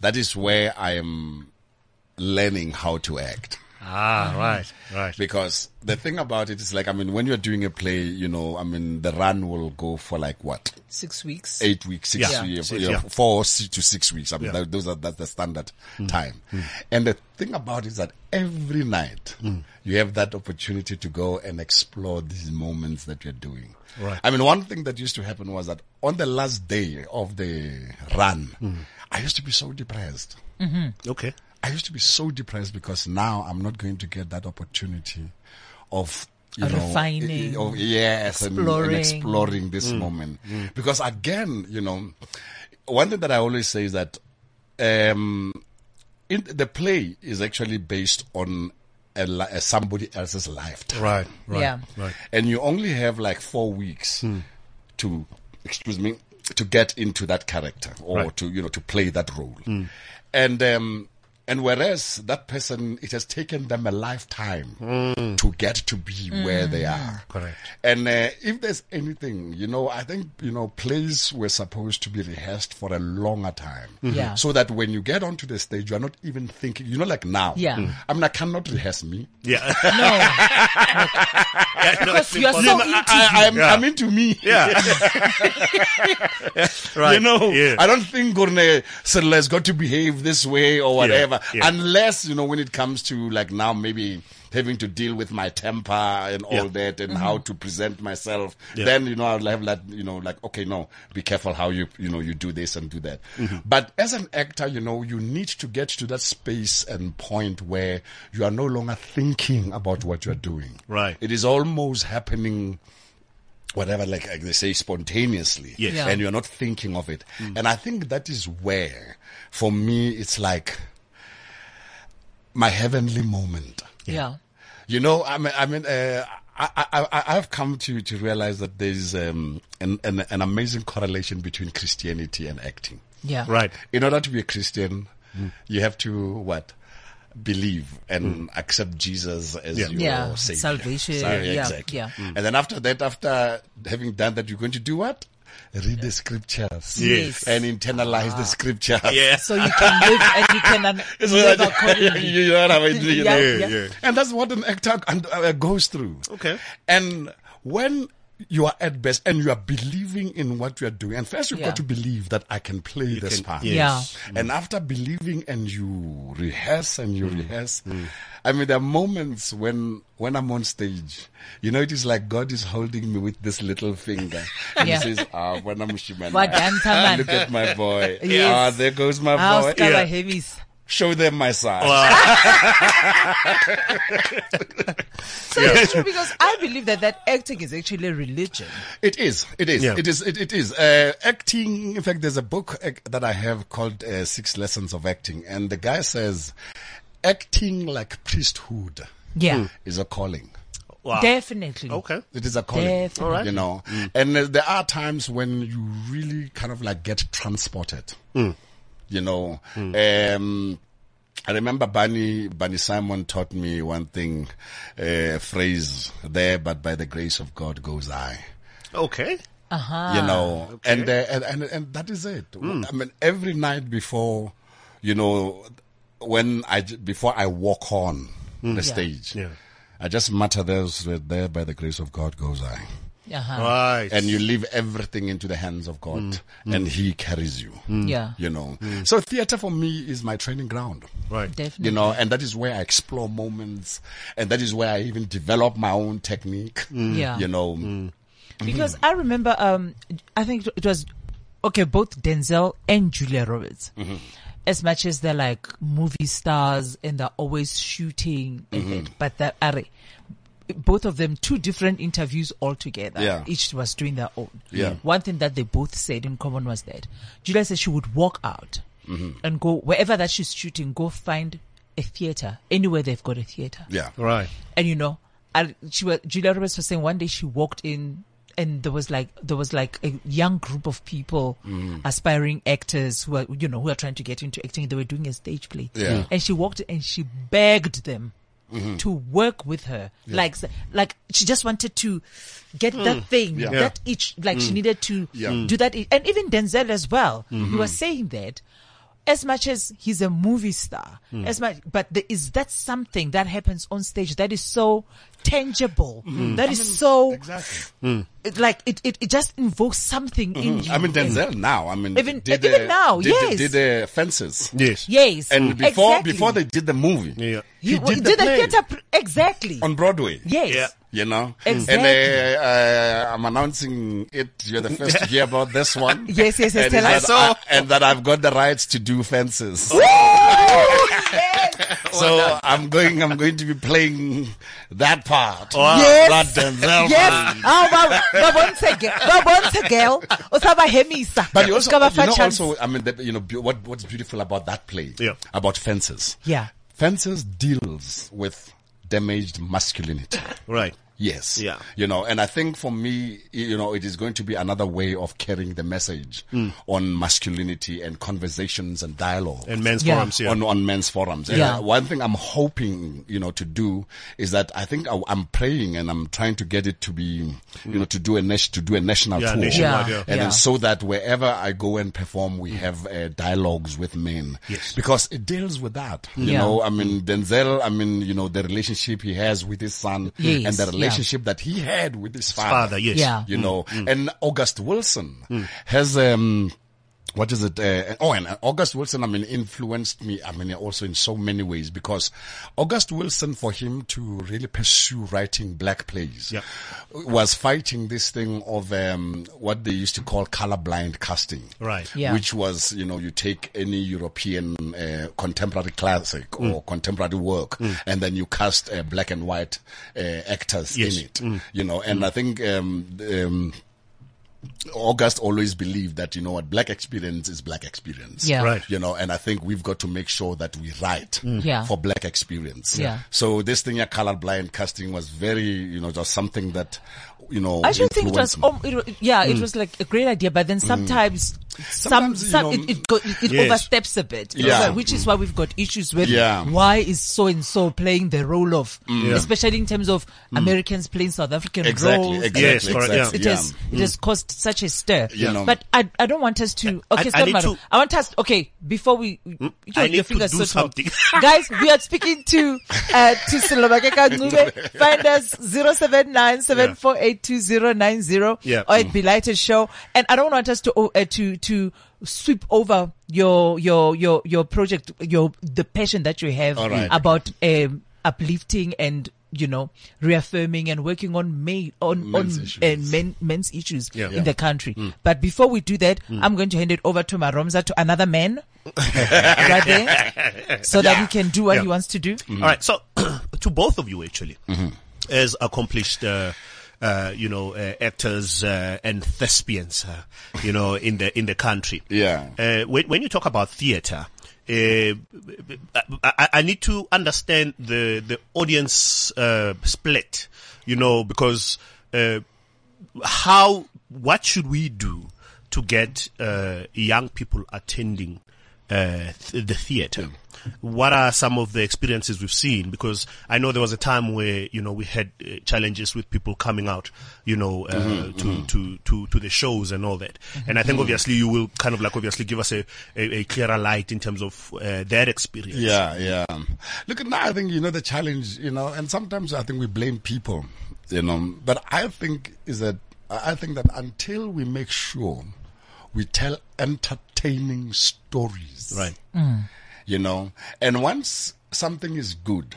that is where I am learning how to act.
Ah, right, right.
Because the thing about it is like, I mean, when you're doing a play, you know, I mean, the run will go for like what
Six weeks.
eight weeks, six,
Yeah.
yeah,
Six,
yeah,
yeah.
four si- to six weeks. I mean, tha- those are that's the standard
Hmm.
time. And the thing about it is that every night
Hmm.
you have that opportunity to go and explore these moments that you're doing.
Right.
I mean, one thing that used to happen was that on the last day of the run,
Hmm.
I used to be so depressed.
Okay.
I used to be so depressed because now I'm not going to get that opportunity of you
Of
know,
refining,
i- i- of- yes, and- And,
exploring.
exploring this moment. Because again, you know, one thing that I always say is that um, in, the play is actually based on a, li- a somebody else's lifetime,
Right. Right.
Yeah.
Right.
and you only have like four weeks
Hmm.
to, excuse me, to get into that character or
Right. Hmm.
to you know to play that role, and um, And whereas that person, it has taken them a lifetime to get to be where they
Hmm.
are.
Hmm. Correct.
And uh, if there's anything, you know, I think, you know, plays were supposed to be rehearsed for a longer time.
Hmm.
Yeah.
So that when you get onto the stage, you're not even thinking, you know, like now.
Yeah. Mm.
I mean, I cannot rehearse me.
Yeah.
No,
because
you are so
I, I, I'm,
Yeah.
I'm into me.
yeah. right.
You know,
Yeah.
I don't think Gurne Sirle has got to behave this way or whatever.
yeah.
Unless, you know, when it comes to like now maybe having to deal with my temper and all
Yeah.
that and how to present myself,
Yeah.
then, you know, I'll have like, you know, like, okay, no, be careful how you, you know, you do this and do that.
Mm-hmm.
But as an actor, you know, you need to get to that space and point where you are no longer thinking about what you're doing.
Right.
It is almost happening whatever, like, like they say, spontaneously.
Yes.
Yeah.
And you're not thinking of it. And I think that is where, for me, it's like my heavenly moment.
yeah.
You know, I mean, I mean, uh, I, I, I, I've come to, to realize that there's um, an, an, an amazing correlation between Christianity and acting.
Yeah.
Right.
In order to be a Christian, you have to what? Believe and accept Jesus as
Mm. Yeah. Mm.
your
Yeah,
savior.
salvation, yeah,
exactly.
yeah.
And then after that, after having done that, you're going to do what? Read the scriptures.
Yes. Ah.
And internalize the scriptures.
Yeah.
So you can live and you can un-
So
live
that-
accordingly.
you know what I mean? You
Yeah,
know?
yeah. Yeah, yeah.
And that's what an actor and, uh, goes through.
Okay.
And when you are at best and you are believing in what you are doing, and first you've
Yeah.
got to believe that I can Mm. play this
can-
part.
yes.
Yeah.
And after believing and you rehearse and you rehearse, I mean, there are moments when, when I'm on stage, you know, it is like God is holding me with this little finger. And
Yeah.
He says, ah, when I'm Shimana,
Well done, Taman.
look at my boy.
Yes.
Ah, there goes my
Ah,
boy.
Oscar
Yeah.
Heavies.
Show them my side.
So it's true because I believe that that acting is actually a religion.
It is. It is.
Yeah.
It is. It, it is. Uh, acting. In fact, there's a book uh, that I have called uh, Six Lessons of Acting, and the guy says, acting like priesthood
Yeah.
is a calling.
Wow.
Definitely.
Hmm. Okay.
It is a calling.
Definitely. All right.
You know, and uh, there are times when you really kind of like get transported. You know, um, I remember Bunny, Bunny Simon taught me one thing, a phrase there, but by the grace of God goes I.
Okay.
you
Ah,
know, and, uh, and and and that is it.
Hmm.
I mean, every night before, you know, when I j- before I walk on the stage,
Hmm. Yeah.
I just mutter those that there by the grace of God goes I,
Uh-huh.
Right.
and you leave everything into the hands of
Hmm.
God, and He carries you.
Yeah.
You know, so theater for me is my training ground
right.
Definitely.
you know, and that is where I explore moments, and that is where I even develop my own technique.
Hmm.
Yeah.
You know,
Because I remember, um, I think it was, okay, both Denzel and Julia Roberts.
Mm-hmm.
As much as they're like movie stars and they're always shooting,
Mm-hmm.
ahead, but they are both of them two different interviews altogether.
Yeah.
Each was doing their own.
Yeah.
One thing that they both said in common was that Julia said she would walk out
Mm-hmm.
and go wherever that she's shooting, go find a theater anywhere they've got a theater.
yeah,
Right.
And you know, I, she was, Julia Roberts was saying one day she walked in and there was like, there was like a young group of people,
Mm.
aspiring actors who are, you know, who are trying to get into acting. They were doing a stage play.
Yeah. Mm-hmm. Mm.
And she walked in and she begged them. To work with her, like, like she just wanted to get that thing,
Yeah.
that itch, like she needed to
Yeah. Mm-hmm. Mm.
do that. itch. And even Denzel as well, he was saying that as much as he's a movie star,
Hmm.
as much, but there is that something that happens on stage that is so tangible,
Hmm.
that is so,
exactly.
it- like, it, it, it just invokes something in you.
Hmm. I mean Denzel now. I mean,
Even- even now,
did,
yes.
did the fences,
Yes.
Yes.
and before
exactly.
before they did the movie,
Yeah.
You-
he
you
did the play.
theater, pr- exactly.
on Broadway.
yes.
Yeah.
You know,
Exactly.
and uh, uh, I'm announcing it. You're the first to hear about this one.
Yes, yes, yes,
And,
tell
is
us. Oh,
that I- and that I've got the rights to do fences. so I'm going. I'm going to be playing that part.
Yes.
That Denzel
Yes,
part.
ah, ba ba bontshe ge- ba bontshe girl, o sa ba hemisa,
But you
o
also,
ska ba
you
fa
know,
chance.
also, I mean, the, you know, be- what what's beautiful about that play?
Yeah.
About fences.
Yeah.
Fences deals with damaged masculinity.
Right.
Yes.
Yeah.
You know, and I think for me, you know, it is going to be another way of carrying the message
Hmm.
on masculinity and conversations and dialogue
and men's
Yeah.
forums. Yeah.
on, on men's forums. And
Yeah.
uh, one thing I'm hoping, you know, to do is that I think I, am praying and I'm trying to get it to be, you know, to do a nation, to do a national
Yeah,
tour.
nationwide,
Yeah. yeah.
And
Yeah.
then so that wherever I go and perform, we have uh, dialogues with men.
Yes.
Because it deals with that. You
Yeah.
know, I mean, Denzel, I mean, you know, the relationship he has with his son
Yes,
and
yeah.
the relationship that he had with his father
Father, yes.
Yeah.
you know. And August Wilson has um. What is it? Uh, oh, and August Wilson, I mean, influenced me, I mean, also in so many ways because August Wilson, for him to really pursue writing black plays,
Yeah.
was fighting this thing of um, what they used to call colorblind casting
Right.
Yeah.
which was you know you take any European uh, contemporary classic
Mm.
or contemporary work, and then you cast uh, black and white uh, actors
Yes.
in it,
Mm.
you know. And I think. Um, um, August always believed that you know what black experience is black experience.
Yeah.
Right.
You know, and I think we've got to make sure that we write
Mm. Yeah.
for black experience.
Yeah.
So this thing, yeah, colorblind casting was very, you know, just something that, you know,
I just think it was,
influenced me.
um, it, wa- yeah,
Hmm.
it was like a great idea, but then sometimes, some,
Sometimes, you
some,
know,
it, it, go, it, it
Yes.
oversteps a bit, It's
Yeah.
like- which is why we've got issues with
Yeah. Hmm.
why is so and so playing the role of, especially in terms of Americans playing South African
exactly,
roles.
exactly,
Yes, correct,
exactly.
yeah. Mm.
It
yeah.
has it has caused such a stir.
You know.
But I I don't want us to okay,
I
sorry,
need
madam.
to- Mm,
I want us okay before we you,
I need
your
to
fingers
do
so tall.
something.
guys. We are speaking to uh, to Silobakeka Ncube. Find us zero seven nine seven four eight two zero nine zero
Yeah. Mm.
or at Belighted Show. And I don't want us to oh, uh, to to sweep over your your your your project your the passion that you have
All right.
about um, uplifting and you know reaffirming and working on may on
Men's
on
issues.
uh, men men's issues
Yeah. Mm.
in
Yeah.
the country. But before we do that, I'm going to hand it over to Maromza to another man right there, so that he can do what
Yeah. Ah.
he wants to do.
All right. So, to both of you, actually, as accomplished, uh, uh, you know, uh, actors uh, and thespians, uh, you know, in the in the country.
Yeah.
Uh, when, when you talk about theatre, uh, I, I- I need to understand the the audience uh, split. You know, because. Uh, how what should we do to get uh, young people attending uh, th- the theater what are some of the experiences we've seen because i know there was a time where you know we had uh, challenges with people coming out you know uh,
Mm-hmm,
to, to to to the shows and all that and i think obviously you will kind of like obviously give us a, a, a clearer light in terms of uh, their experience
Yeah, yeah. Look, now I think you know the challenge, you know, and sometimes I think we blame people, you know. But I think is that I I think that until we make sure we tell entertaining stories,
right
Mm.
You know, and once something is good,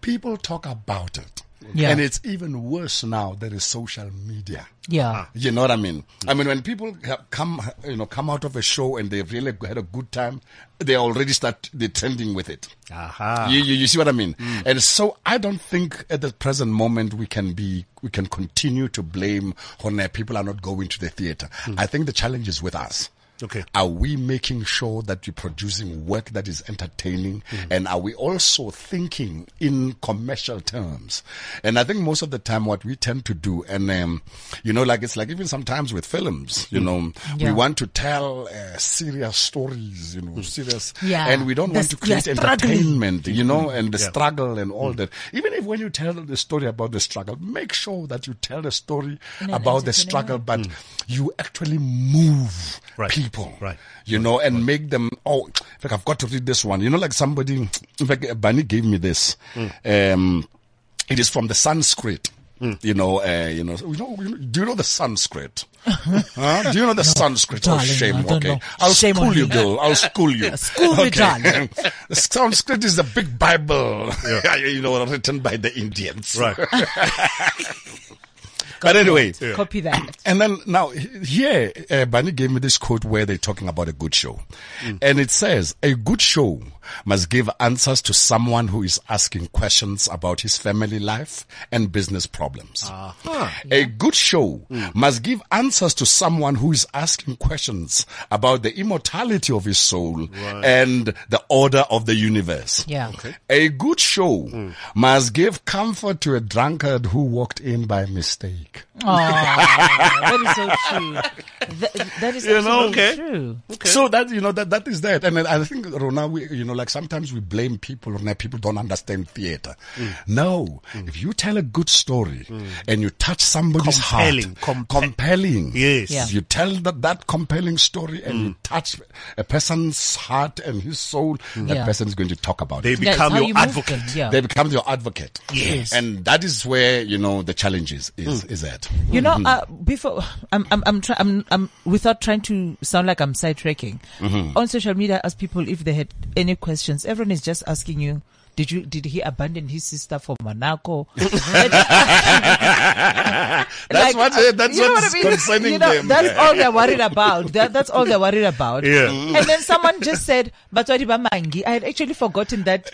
people talk about it.
Yeah.
And it's even worse now. There is social media.
Yeah,
You know what I mean? I mean, when people ha- come, you know, come out of a show and they've really had a good time, they already start they're trending with it.
aha
You, you, you see what I mean? And so I don't think at the present moment we can be, we can continue to blame when uh, people are not going to the theater. I think the challenge is with us.
okay
Are we making sure that we're producing work that is entertaining?
Mm-hmm.
And are we also thinking in commercial terms? And I think most of the time, what we tend to do, and um, you know, like it's like even sometimes with films, you know,
Yeah. Mm.
we want to tell uh, serious stories, you know, serious,
Yeah.
and we don't
The s-
want to
we are
create
struggling. Mm.
entertainment, you know, and the struggle and all that. Even if when you tell the story about the struggle, make sure that you tell the story about the struggle, but
Mm.
you actually move
Right.
people.
Right.
You know, and make them, oh, in fact, I've got to read this one. You know, like somebody, in fact, Bunny gave me this.
Hmm.
Um, it is from the Sanskrit.
Hmm.
You know, uh, you know, you know, you know, do you know the Sanskrit? Huh? Do you know the Sanskrit?
darling,
oh, shame.
I don't
okay.
know.
I'll
Shame on
school you,
you.
girl. I'll school you.
School me, darling.
the Sanskrit is the big Bible, you know, written by the Indians.
right
But anyway,
copy that.
and then now he- here, eh, uh, Bunny gave me this quote where they're talking about a good show, and it says a good show must give answers to someone who is asking questions about his family life and business problems. A good show must give answers to someone who is asking questions about the immortality of his soul and the order of the universe.
Yeah.
A good show must give comfort to a drunkard who walked in by mistake.
that is so true. That, that is
You know,
absolutely
okay.
true.
So that you know that that is that, and then I think Rona, we, you know, like sometimes we blame people, Rona, people don't understand theater.
Mm.
No, if you tell a good story and you touch somebody's
Compelling,
heart,
compe-
compelling,
Yes. Mm.
Yeah.
you tell that that compelling story and you touch a person's heart and his soul, that
Yeah.
person is going to talk about
Mm. They
it.
That's
become
how
your
you move
advocate.
them, Yeah.
They become your advocate.
Yes. Mm.
and that is where you know the challenge is is, is that.
You know, uh, before I'm, I'm, I'm, try, I'm, I'm, without trying to sound like I'm sidetracking.
Mm-hmm.
On social media, I ask people if they had any questions. Everyone is just asking you, did you, did he abandon his sister for Monaco?
That's what eh,
uh,
that's
you know
what's
what I mean?
concerning
You know,
them.
That's all they're worried about. That, that's all they're worried about.
Yeah.
And then someone just said, "But what about Mangi?" I had actually forgotten that.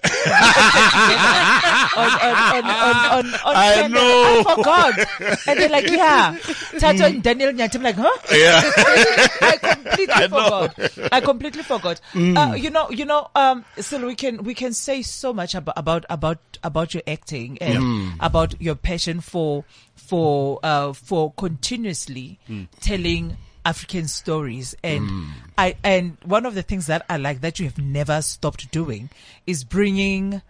on, on, on, on, on, on
I
Sunday.
know.
I forgot. And they're like, "Yeah." Tato and Daniel Nyati. I'm like, "Huh?" I completely forgot. I completely forgot. Uh, you know, you know, um, still we can, we can say so much about, about, about, about your acting and about your passion for, for, uh, for continuously telling African stories. And I, and one of the things that I like that you have never stopped doing is bringing,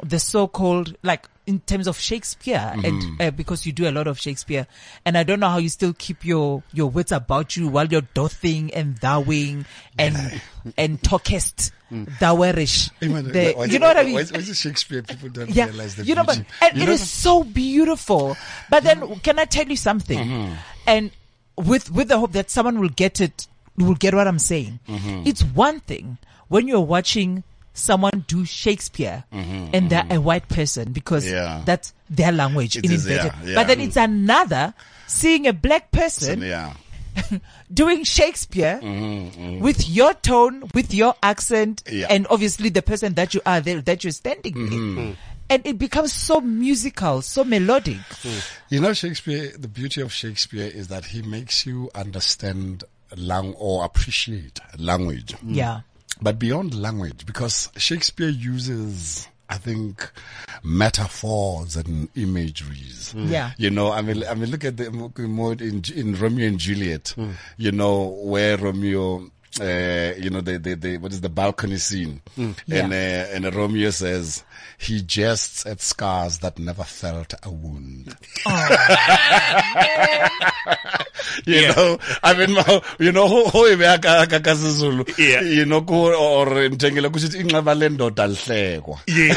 the so-called like in terms of Shakespeare and uh, because you do a lot of Shakespeare and I don't know how you still keep your your wits about you while you're dothing and thouing and and talkest thouerish The- you know what I mean
it Shakespeare? People don't
yeah
realize the
you know but
beauty.
and
You
it
know-
is so beautiful but then can I tell you something
Mm-hmm.
and with with the hope that someone will get it will get what I'm saying
Mm-hmm.
it's one thing when you're watching someone do Shakespeare and they're a white person because
Mm-hmm. Yeah.
that's their language
It
in
is,
embedded.
yeah, yeah.
But then it's another seeing a black person
Yeah.
doing Shakespeare Mm. with your tone, with your accent,
Yeah. Mm-hmm.
and obviously the person that you are there, that you're standing
Mm.
with. And it becomes so musical, so melodic.
Mm. You know, Shakespeare, the beauty of Shakespeare is that he makes you understand lang- or appreciate language.
Yeah.
But beyond language, because Shakespeare uses, I think, metaphors and imageries.
Yeah.
You know, I mean, I mean, look at the mode in, in Romeo and Juliet, you know, where Romeo, uh, you know, the, the, the, what is the balcony scene? And, uh, and Romeo says, he jests at scars that never felt a wound. you know, I mean, you know, ho, e ho, ibe aka- aka- akasizulu,
Yeah.
you know, ku- or mtshengele kushithi inxeba lendoda alihlekwa.
Yeah.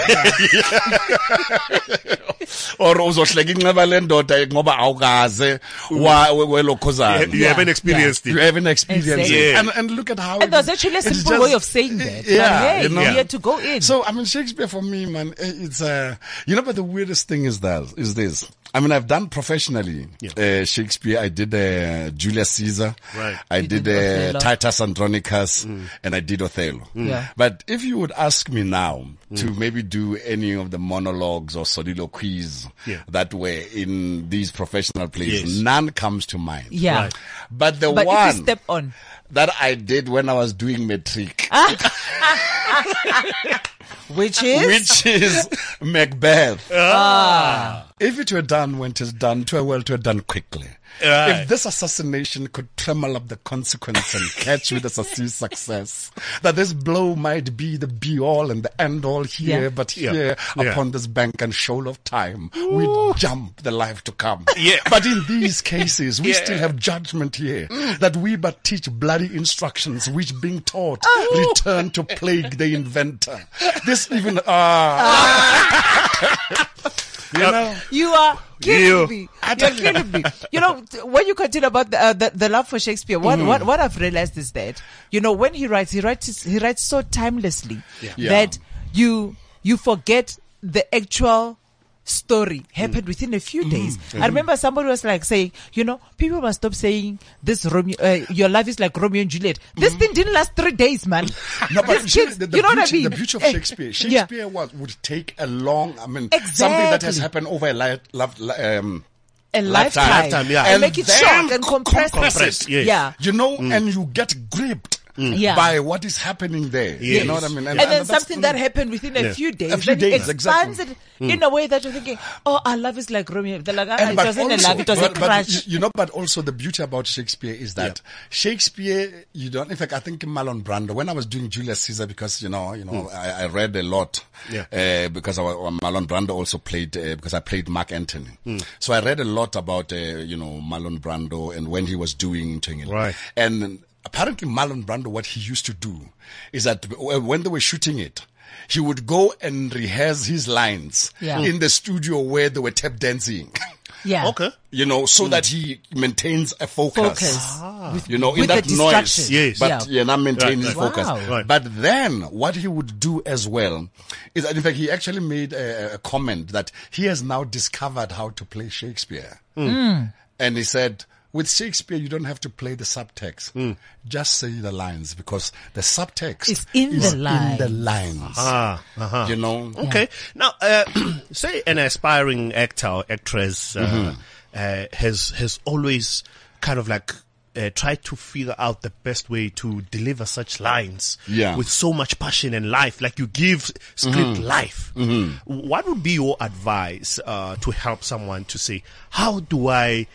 or uzohleka inxeba lendoda ngoba awukaze wa- we- welo khosana.
You haven't experienced
You
it.
haven't experienced
Exactly.
it.
Yeah.
And, and look at how.
And
it-
there's actually a
it's
simple
just-
way of saying that.
Yeah,
but hey,
you
you
know.
had to go in.
So I mean, Shakespeare for me, man, eh, it's uh, you know. But the weirdest thing is that is this. I mean, I've done professionally uh, Shakespeare. I did uh, Julius Caesar.
Right. Mm.
I
You
did,
did
uh,
Othello.
Titus Andronicus, and I did Othello.
Yeah.
But if you would ask me now
Mm.
to maybe do any of the monologues or soliloquies
Yeah.
that were in these professional plays,
Yes.
none comes to mind.
yeah.
Right.
But the
But
one
if you step Ah, on,
that I did when I was doing Matric.
which is,
which is Macbeth.
Ah.
Ah. If it were done when it is done, to a well to were done quickly.
Right.
If this assassination could tremble up the consequence and catch with a succeed success, that this blow might be the be all and the end all here,
Yeah.
but
Yeah.
here
Yeah.
upon this bank and shoal of time, we jump the life to come.
Yeah.
But in these cases, we
Yeah.
still have judgment here that we but teach bloody instructions which being taught return to plague the inventor. This even, ah.
Yep.
you are killing
You.
me. You're killing me. You know, t- when you continue about the, uh, the, the love for Shakespeare, what,
Mm.
what, what I've realized is that, you know, when he writes, he writes, he writes so timelessly
Yeah.
that you, you forget the actual story
Mm.
happened within a few days.
Mm-hmm.
I remember somebody was like saying, you know, people must stop saying this Romeo, uh, your life is like Romeo and Juliet. This thing didn't last three days, man.
Mm. No, but
These
see,
kids,
the, the
you know
beauty,
what I mean?
The beauty of
Eh,
Shakespeare.
yeah.
Shakespeare was, would take a long, I mean, something that has
Exactly.
happened over a life, love, li- um,
a lifetime,
Lifetime, yeah.
and,
And
make it
then
short and compress,
compress it, yes.
Yeah.
you know, and you get
Ah.
gripped
Mm. Yeah.
by what is happening there. You
Yes.
know what I mean?
And, then something that happened within a few days,
mm. A few
then
days,
it expands
exactly. Mm.
it in a way that you're thinking, oh, our love is like Romeo. They're like, ah,
And
it
but
wasn't a
also-
love, it was
but-
a
but
crush.
you- You know, but also the beauty about Shakespeare is that Shakespeare, you don't. In fact, I think Marlon Brando. When I was doing Julius Caesar, because you know, you
Hmm.
know, I, I read a lot.
Yeah.
Uh, because I, wa- Marlon Brando also played uh, because I played Mark Antony,
Hmm.
so I read a lot about uh, you know Marlon Brando and when he was doing thing.
Right.
And apparently, Marlon Brando, what he used to do is that w- when they were shooting it. He would go and rehearse his lines
Yeah.
in the studio where they were tap dancing.
yeah.
Okay.
you know, so that he maintains a focus.
Focus. With-
You know, in
with
that
the
noise,
distraction.
Yes.
but
Yeah.
yeah, not maintain his
right.
focus.
Wow.
Right.
But then, what he would do as well is, that in fact, he actually made a, a comment that he has now discovered how to play Shakespeare,
Hmm.
Hmm.
and he said. With Shakespeare, you don't have to play the subtext.
Hmm.
Just say the lines because the subtext
It's in
is
the line.
In the lines,
Ah, uh-huh.
you know.
Okay. Now, uh, say an aspiring actor or actress uh, uh, has has always kind of like uh, tried to figure out the best way to deliver such lines
Yeah.
with so much passion and life. Like you give script life. What would be your advice uh, to help someone to say, how do I?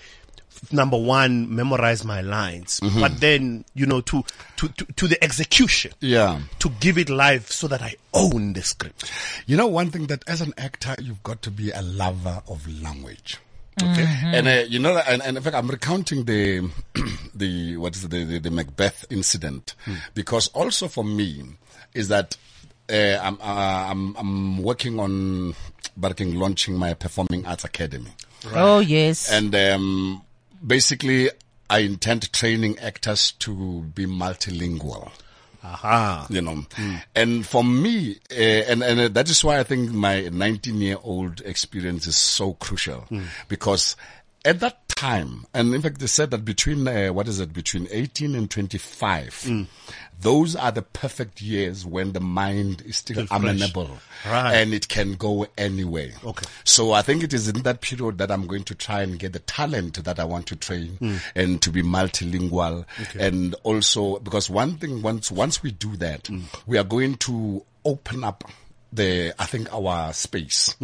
Number one, memorize my lines, but then you know to, to to to the execution
Yeah.
to give it life so that I own the script.
You know, one thing that as an actor, you've got to be a lover of language. Okay. And uh, you know, and, and in fact, I'm recounting the the what is it, the, the the Macbeth incident because also for me is that uh, I'm uh, I'm I'm working on working launching my performing arts academy.
Oh, yes.
And um, basically, I intend training actors to be multilingual.
Ah.
Aha. You know,
Hmm.
and for me, uh, and, and uh, that is why I think my 19 year old experience is so crucial
Hmm.
because at that time, and in fact, they said that between, uh, what is it, between 18 and 25,
Hmm.
those are the perfect years when the mind is
Still
still,
fresh.
amenable
Right.
and it can go anywhere.
Okay.
So I think it is in that period that I'm going to try and get the talent that I want to train and to be multilingual and also because one thing once once we do that we are going to open up the I think our space.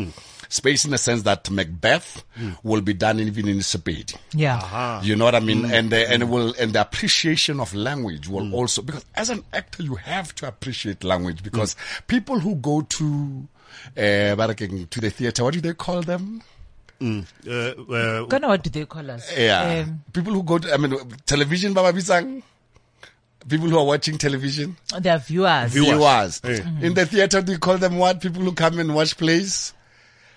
Space in the sense that Macbeth will be done even in Sepedi.
yeah.
Ah.
You know what I mean?
Mm.
And the, and it will and the appreciation of language will also because as an actor you have to appreciate language because
Mm.
people who go to uh, what again, to the theater, what do they call them?
Uh, uh,
Gonna, what do they call us?
Yeah,
Um,
people who go to I mean television, Baba Bisang. People who are watching television,
they're viewers.
Viewers.
viewers.
Yeah.
In the theater, do you call them what? People who come and watch plays?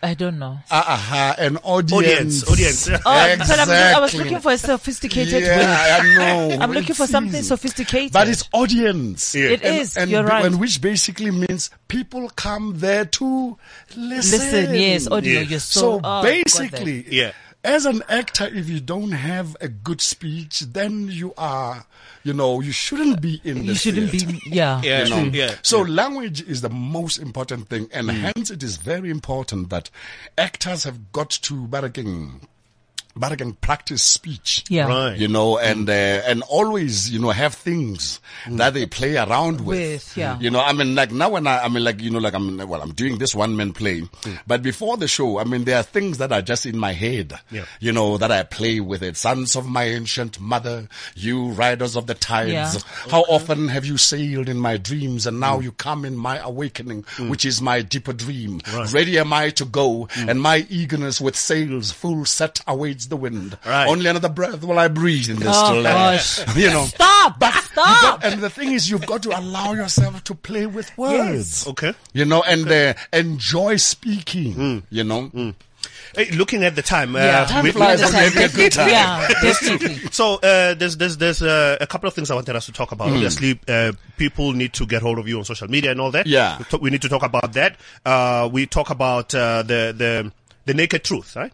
I don't know.
Ah, aha, an audience.
audience, audience.
Oh, I'm sorry, I'm look- I was
Exactly.
looking for a sophisticated word.
Yeah, I know.
I'm looking for
It's
something
easy.
sophisticated.
But it's audience.
Yeah.
It
and,
is,
and
you're
be-
right.
And which basically means people come there to listen.
Listen, yes, audio,
Yeah.
you're so,
So
oh, got that.
basically,
Yeah.
as an actor, if you don't have a good speech, then you are, you know, you shouldn't be in
you
this
shouldn't
theater.
be, yeah.
yeah,
You know?
yeah. Mm.
So language is the most important thing, and hence it is very important that actors have got to barraking, barraking practice speech.
Yeah.
Right. Mm.
You know, and uh, and always, you know, have things that they play around with.
With, yeah.
You know, I mean, like now when I, I mean, like you know, like I'm well, I'm doing this one man play,
Mm.
but before the show, I mean, there are things that are just in my head.
Yeah.
You know that I play with it. Sons of my ancient mother, you riders of the tides.
Yeah.
How often have you sailed in my dreams, and
Mm.
now you come in my awakening, which is my deeper dream. Ready am I to go,
Mm.
and my eagerness with sails full set awaits the wind.
Right.
Only another breath will I breathe in this
Oh,
still air.
gosh.
You know.
Stop!
But you
Stop!
got- and the thing is, you've got to allow yourself to play with words.
Okay.
You know, and uh, enjoy speaking.
Mm.
You know,
Hey, looking at the time, uh,
Yeah.
Time
we-
flies
we-
when you're having a good time.
Yeah, definitely.
so uh, there's there's there's uh, a couple of things I wanted us to talk
Hmm.
about. Obviously, uh, people need to get hold of you on social media and all that.
Yeah.
we, talk- we need to talk about that. Uh, we talk about uh, the the The Naked Truth, right?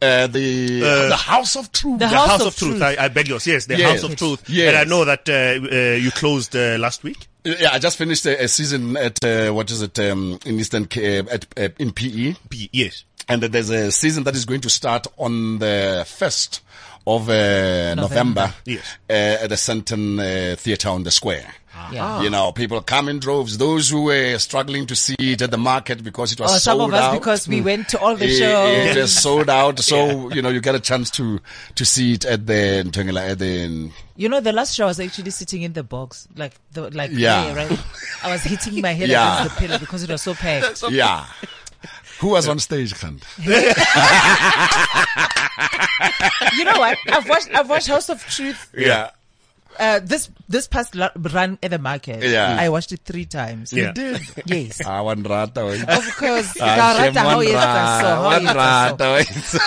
Uh, the the House of Truth.
The
The
House
House,
of
of, Truth.
Truth.
I, I beg yours. Yes, the
Yes.
House of Truth.
Yes.
And I know that uh, uh, you closed uh, last week.
yeah, I just finished a, a season at uh, what is it um, in Eastern Ca- at uh, in PE.
P- yes.
and that there's a season that is going to start on the first of uh, November,
Yes.
uh, at the Santon uh, Theatre on the Square.
Yeah.
You know, people come in droves. Those who were struggling to see it at the market because it was
Oh, some
sold
of us
out. Hmm.
because we went to all the
It-
shows.
It is sold out, so you know you get a chance to to see it at the Ntongela- at the
You know, the last show I was actually sitting in the box, like the like
Yeah.
here, right. I was hitting my head
Yeah.
against the pillow because it was so packed.
yeah. Who was on stage, Kant?
you know what? I've watched I've watched House of Truth.
Yeah.
Uh, this this past la- run at the market.
Yeah.
I watched it three times.
Yeah.
Did.
Yes.
I want Ah, rata. wena.
Of course,
Ah,
Karata,
Shem,
how
one
is that so? How
ra-
is
one
that so?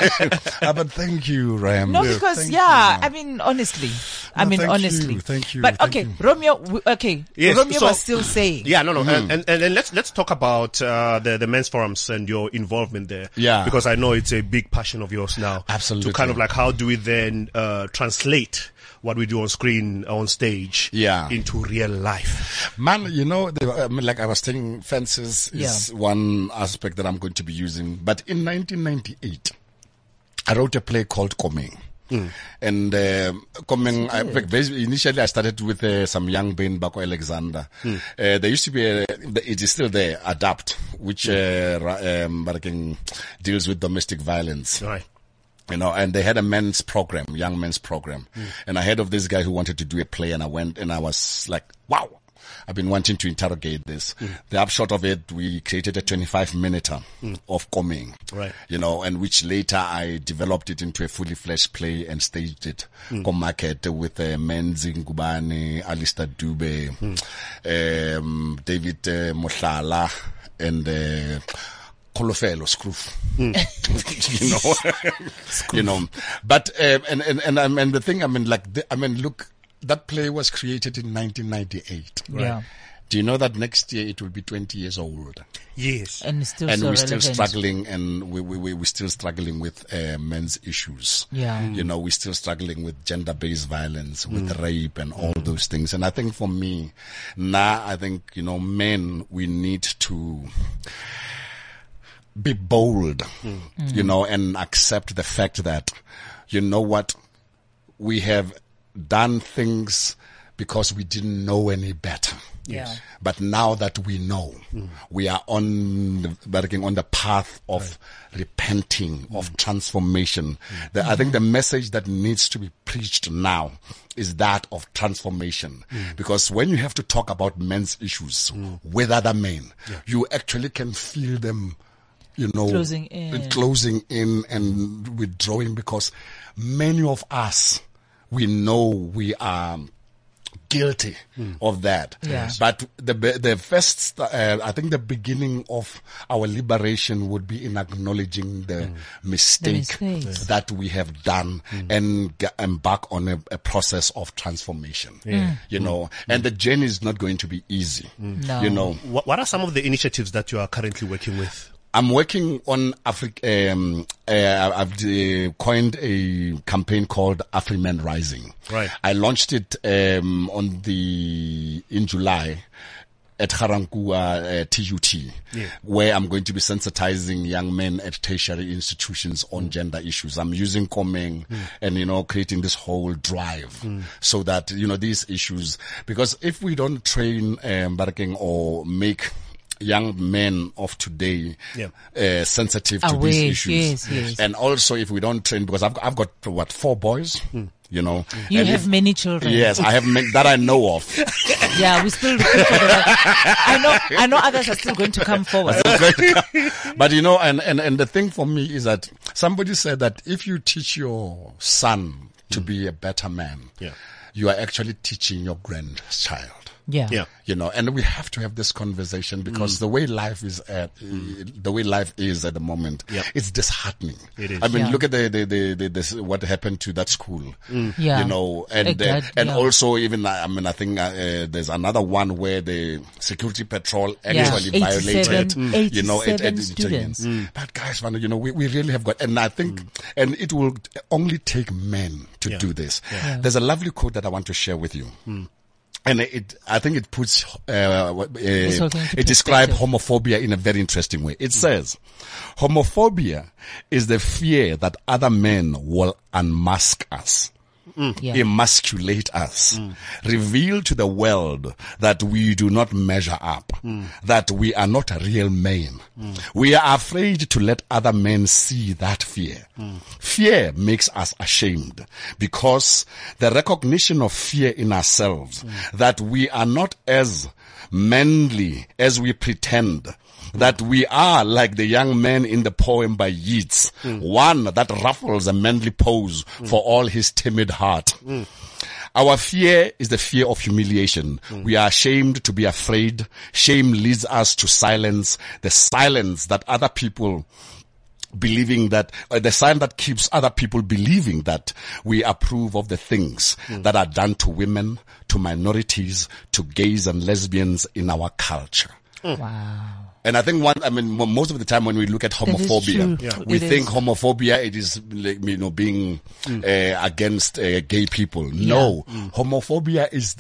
ra- Ah, but thank you, Ram.
No, because
Thank
yeah,
you.
I mean honestly, I
No,
mean
thank
honestly.
you, thank you,
But
thank
okay,
you.
Romeo. w- Okay,
Yes,
Romeo
so-
was still saying.
Yeah, no, no,
Mm-hmm.
and, and, and and let's let's talk about uh, the the men's forums and your involvement there.
Yeah.
because I know it's a big passion of yours now.
Absolutely.
to kind of like how do we then uh, translate what we do on screen on stage,
Yeah.
into real life.
man, you know, the, I mean, like I was telling, fences is
Yeah.
one aspect that I'm going to be using. But in 1998, I wrote a play called Coming. Hmm. And um coming, I, basically, initially I started with uh, some young Ben Bako Alexander. Uh, there used to be a, the- it is still there, Adapt, which uh, ra- um, Baraking deals with domestic violence
All right.
you know, and they had a men's program, young men's program. And I heard of this guy who wanted to do a play and I went and I was like, wow, I've been wanting to interrogate this. The upshot of it, we created a 25 minute of coming,
Right.
you know, and which later I developed it into a fully fledged play and staged it on market with uh, Menzi Ngubane, Alistair Dube, um, David uh, Mohlala and, uh, Kolofelo Scroof. you know, you know, but um, and and and I mean the thing I mean like the, I mean look that play was created in 1998.
Yeah.
Do you know that next year it will be 20 years old?
Yes,
and it's still
and
so
we're
relevant.
still struggling and we, we, we, we're still struggling with uh, men's issues.
Yeah. Mm.
You know, we're still struggling with gender based violence, with rape and all those things. And I think for me, now I think, you know, men, we need to be bold,
Mm.
you know, and accept the fact that, you know what, we have done things because we didn't know any better.
Yes. Yeah.
But now that we know, we are on the, working on the path of repenting, of transformation. The, I think the message that needs to be preached now is that of transformation. Because when you have to talk about men's issues with other men, you actually can feel them you know,
Closing in.
closing in and withdrawing because many of us, we know we are guilty of that.
Yeah.
But the be- the first, st- uh, I think, the beginning of our liberation would be in acknowledging the mistake
mistakes.
that we have done and g- embark on a, a process of transformation. You know, and the journey is not going to be easy.
No.
You know,
what, what are some of the initiatives that you are currently working with?
I'm working on Africa. Um, uh, I've uh, coined a campaign called Afriman Rising.
Right.
I launched it um, on the in July at Harankua uh, TUT, where I'm going to be sensitizing young men at tertiary institutions on gender issues. I'm using coming and you know creating this whole drive so that you know these issues because if we don't train um, barking or make young men of today
Yeah.
uh, sensitive to
Aware,
these issues
yes, yes.
and also if we don't train because i've, I've got what four boys you know
You
and
have
if-
many children.
Yes, I have men that I know of.
Yeah, we still looking for the right. I know. I know others are still going to come forward.
but you know, and, and, and the thing for me is that somebody said that if you teach your son to be a better man,
Yeah.
you are actually teaching your grandchild.
Yeah.
Yeah.
you know and we have to have this conversation because
Mm.
the way life is at the way life is at the moment
Yep.
it's disheartening
It is.
i mean
Yeah.
look at the the, the, the this, what happened to that school
Mm.
Yeah.
you know and
It
uh,
did,
and
yeah.
also even uh, i mean i think uh, uh, there's another one where the security patrol
Yeah.
actually
87
violated
Mm.
you know at,
87
at
students.
Mm.
but guys man, you know we, we really have got and i think and it will only take men to do this there's a lovely quote that i want to share with you and it, I think it puts, uh, what- uh,
all going to
it describes
perspective. Hmm.
homophobia in a very interesting way. It says, homophobia is the fear that other men will unmask us,
Yeah.
emasculate us, reveal to the world that we do not measure up, that we are not real men. We are afraid to let other men see that fear. Fear makes us ashamed because the recognition of fear in ourselves that we are not as manly as we pretend that we are like the young man in the poem by Yeats, one that ruffles a manly pose for all his timid heart. Our fear is the fear of humiliation. We are ashamed to be afraid. Shame leads us to silence, the silence that other people believing that uh, the sign that keeps other people believing that we approve of the things that are done to women, to minorities, to gays and lesbians in our culture.
Wow.
And I think one, I mean, mo- most of the time when we look at
is true.
homophobia,
Yeah.
we
It is.
think homophobia it is like, you know being uh, against uh, gay people. No, homophobia is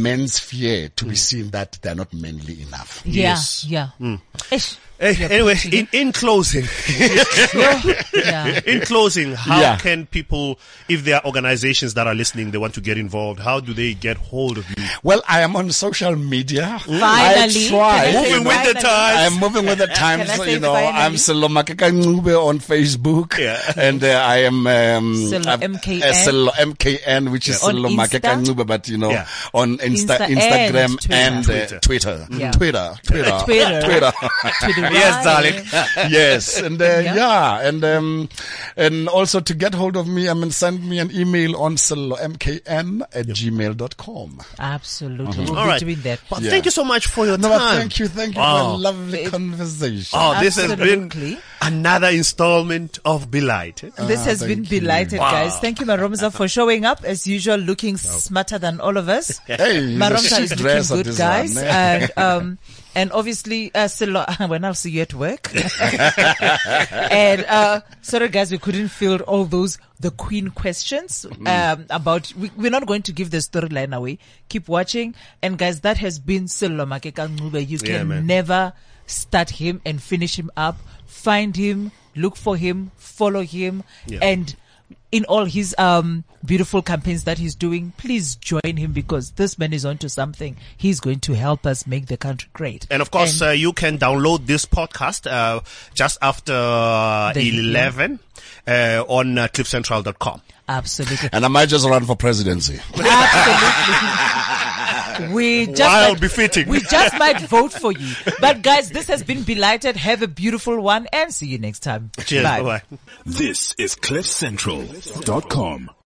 men's fear to be seen that they're not manly enough.
Yeah.
Yes. Mm.
Yeah. Ish.
Eh, anyway, in, in closing,
Yeah.
in closing, how
Yeah.
can people, if there are organizations that are listening, they want to get involved, how do they get hold of you?
Well, I am on social media.
Mm.
Finally.
I try.
Can I say
Moving with the
finally?
times.
I'm moving with the times.
Can I say
you know,
finally?
I'm Selomaka Kancube on Facebook,
Yeah.
and uh, I am um,
Selo
I've-
MKN.
uh, Selo MKN, which is
Yeah. On Insta?
Selomaka Kancube, but you know,
Yeah.
on Insta,
Insta
Instagram
and
and,
Twitter.
uh, Twitter,
Yeah.
Twitter, Twitter,
Twitter.
Twitter.
Yes, darling.
yes, and uh, yeah. and um, and also to get hold of me, I mean, send me an email on selomkn at gmail.com.
Absolutely. We'll
Mm-hmm. All
be
right.
doing that.
But thank you so much for your
No,
time.
but thank you, thank you for
Oh.
Wow.
a lovely conversation.
Oh, this has
Absolutely.
been another installment of Belight.
This has been
Ah, thank you.
belighted, guys. Thank you, Maromza, for showing up as usual, looking smarter than all of us.
Hey, you know,
Maromza
she's
is
dressed
looking
up
good,
this
guys,
one, eh?
and um, and obviously, uh, Silo, when I'll see you at work. and uh, sorry, guys, we couldn't field all those the Queen questions
Mm-hmm.
um, about. We, we're not going to give the storyline away. Keep watching, and guys, that has been Silo Makekangube. You
Yeah,
can
man.
never start him and finish him up. Find him, look for him, follow him,
Yeah.
and in all his um beautiful campaigns that he's doing, please join him because this man is onto something. He's going to help us make the country great.
And of course, uh, you can download this podcast uh, just after
The-
11 uh, on uh, cliffcentral.com.
Absolutely.
And I might just run for presidency.
Absolutely. we just
While
might,
befitting.
we just might vote for you. But guys, this has been Belighted. Have a beautiful one and see you next time.
Cheers. Bye bye.
This is CliffCentral.com.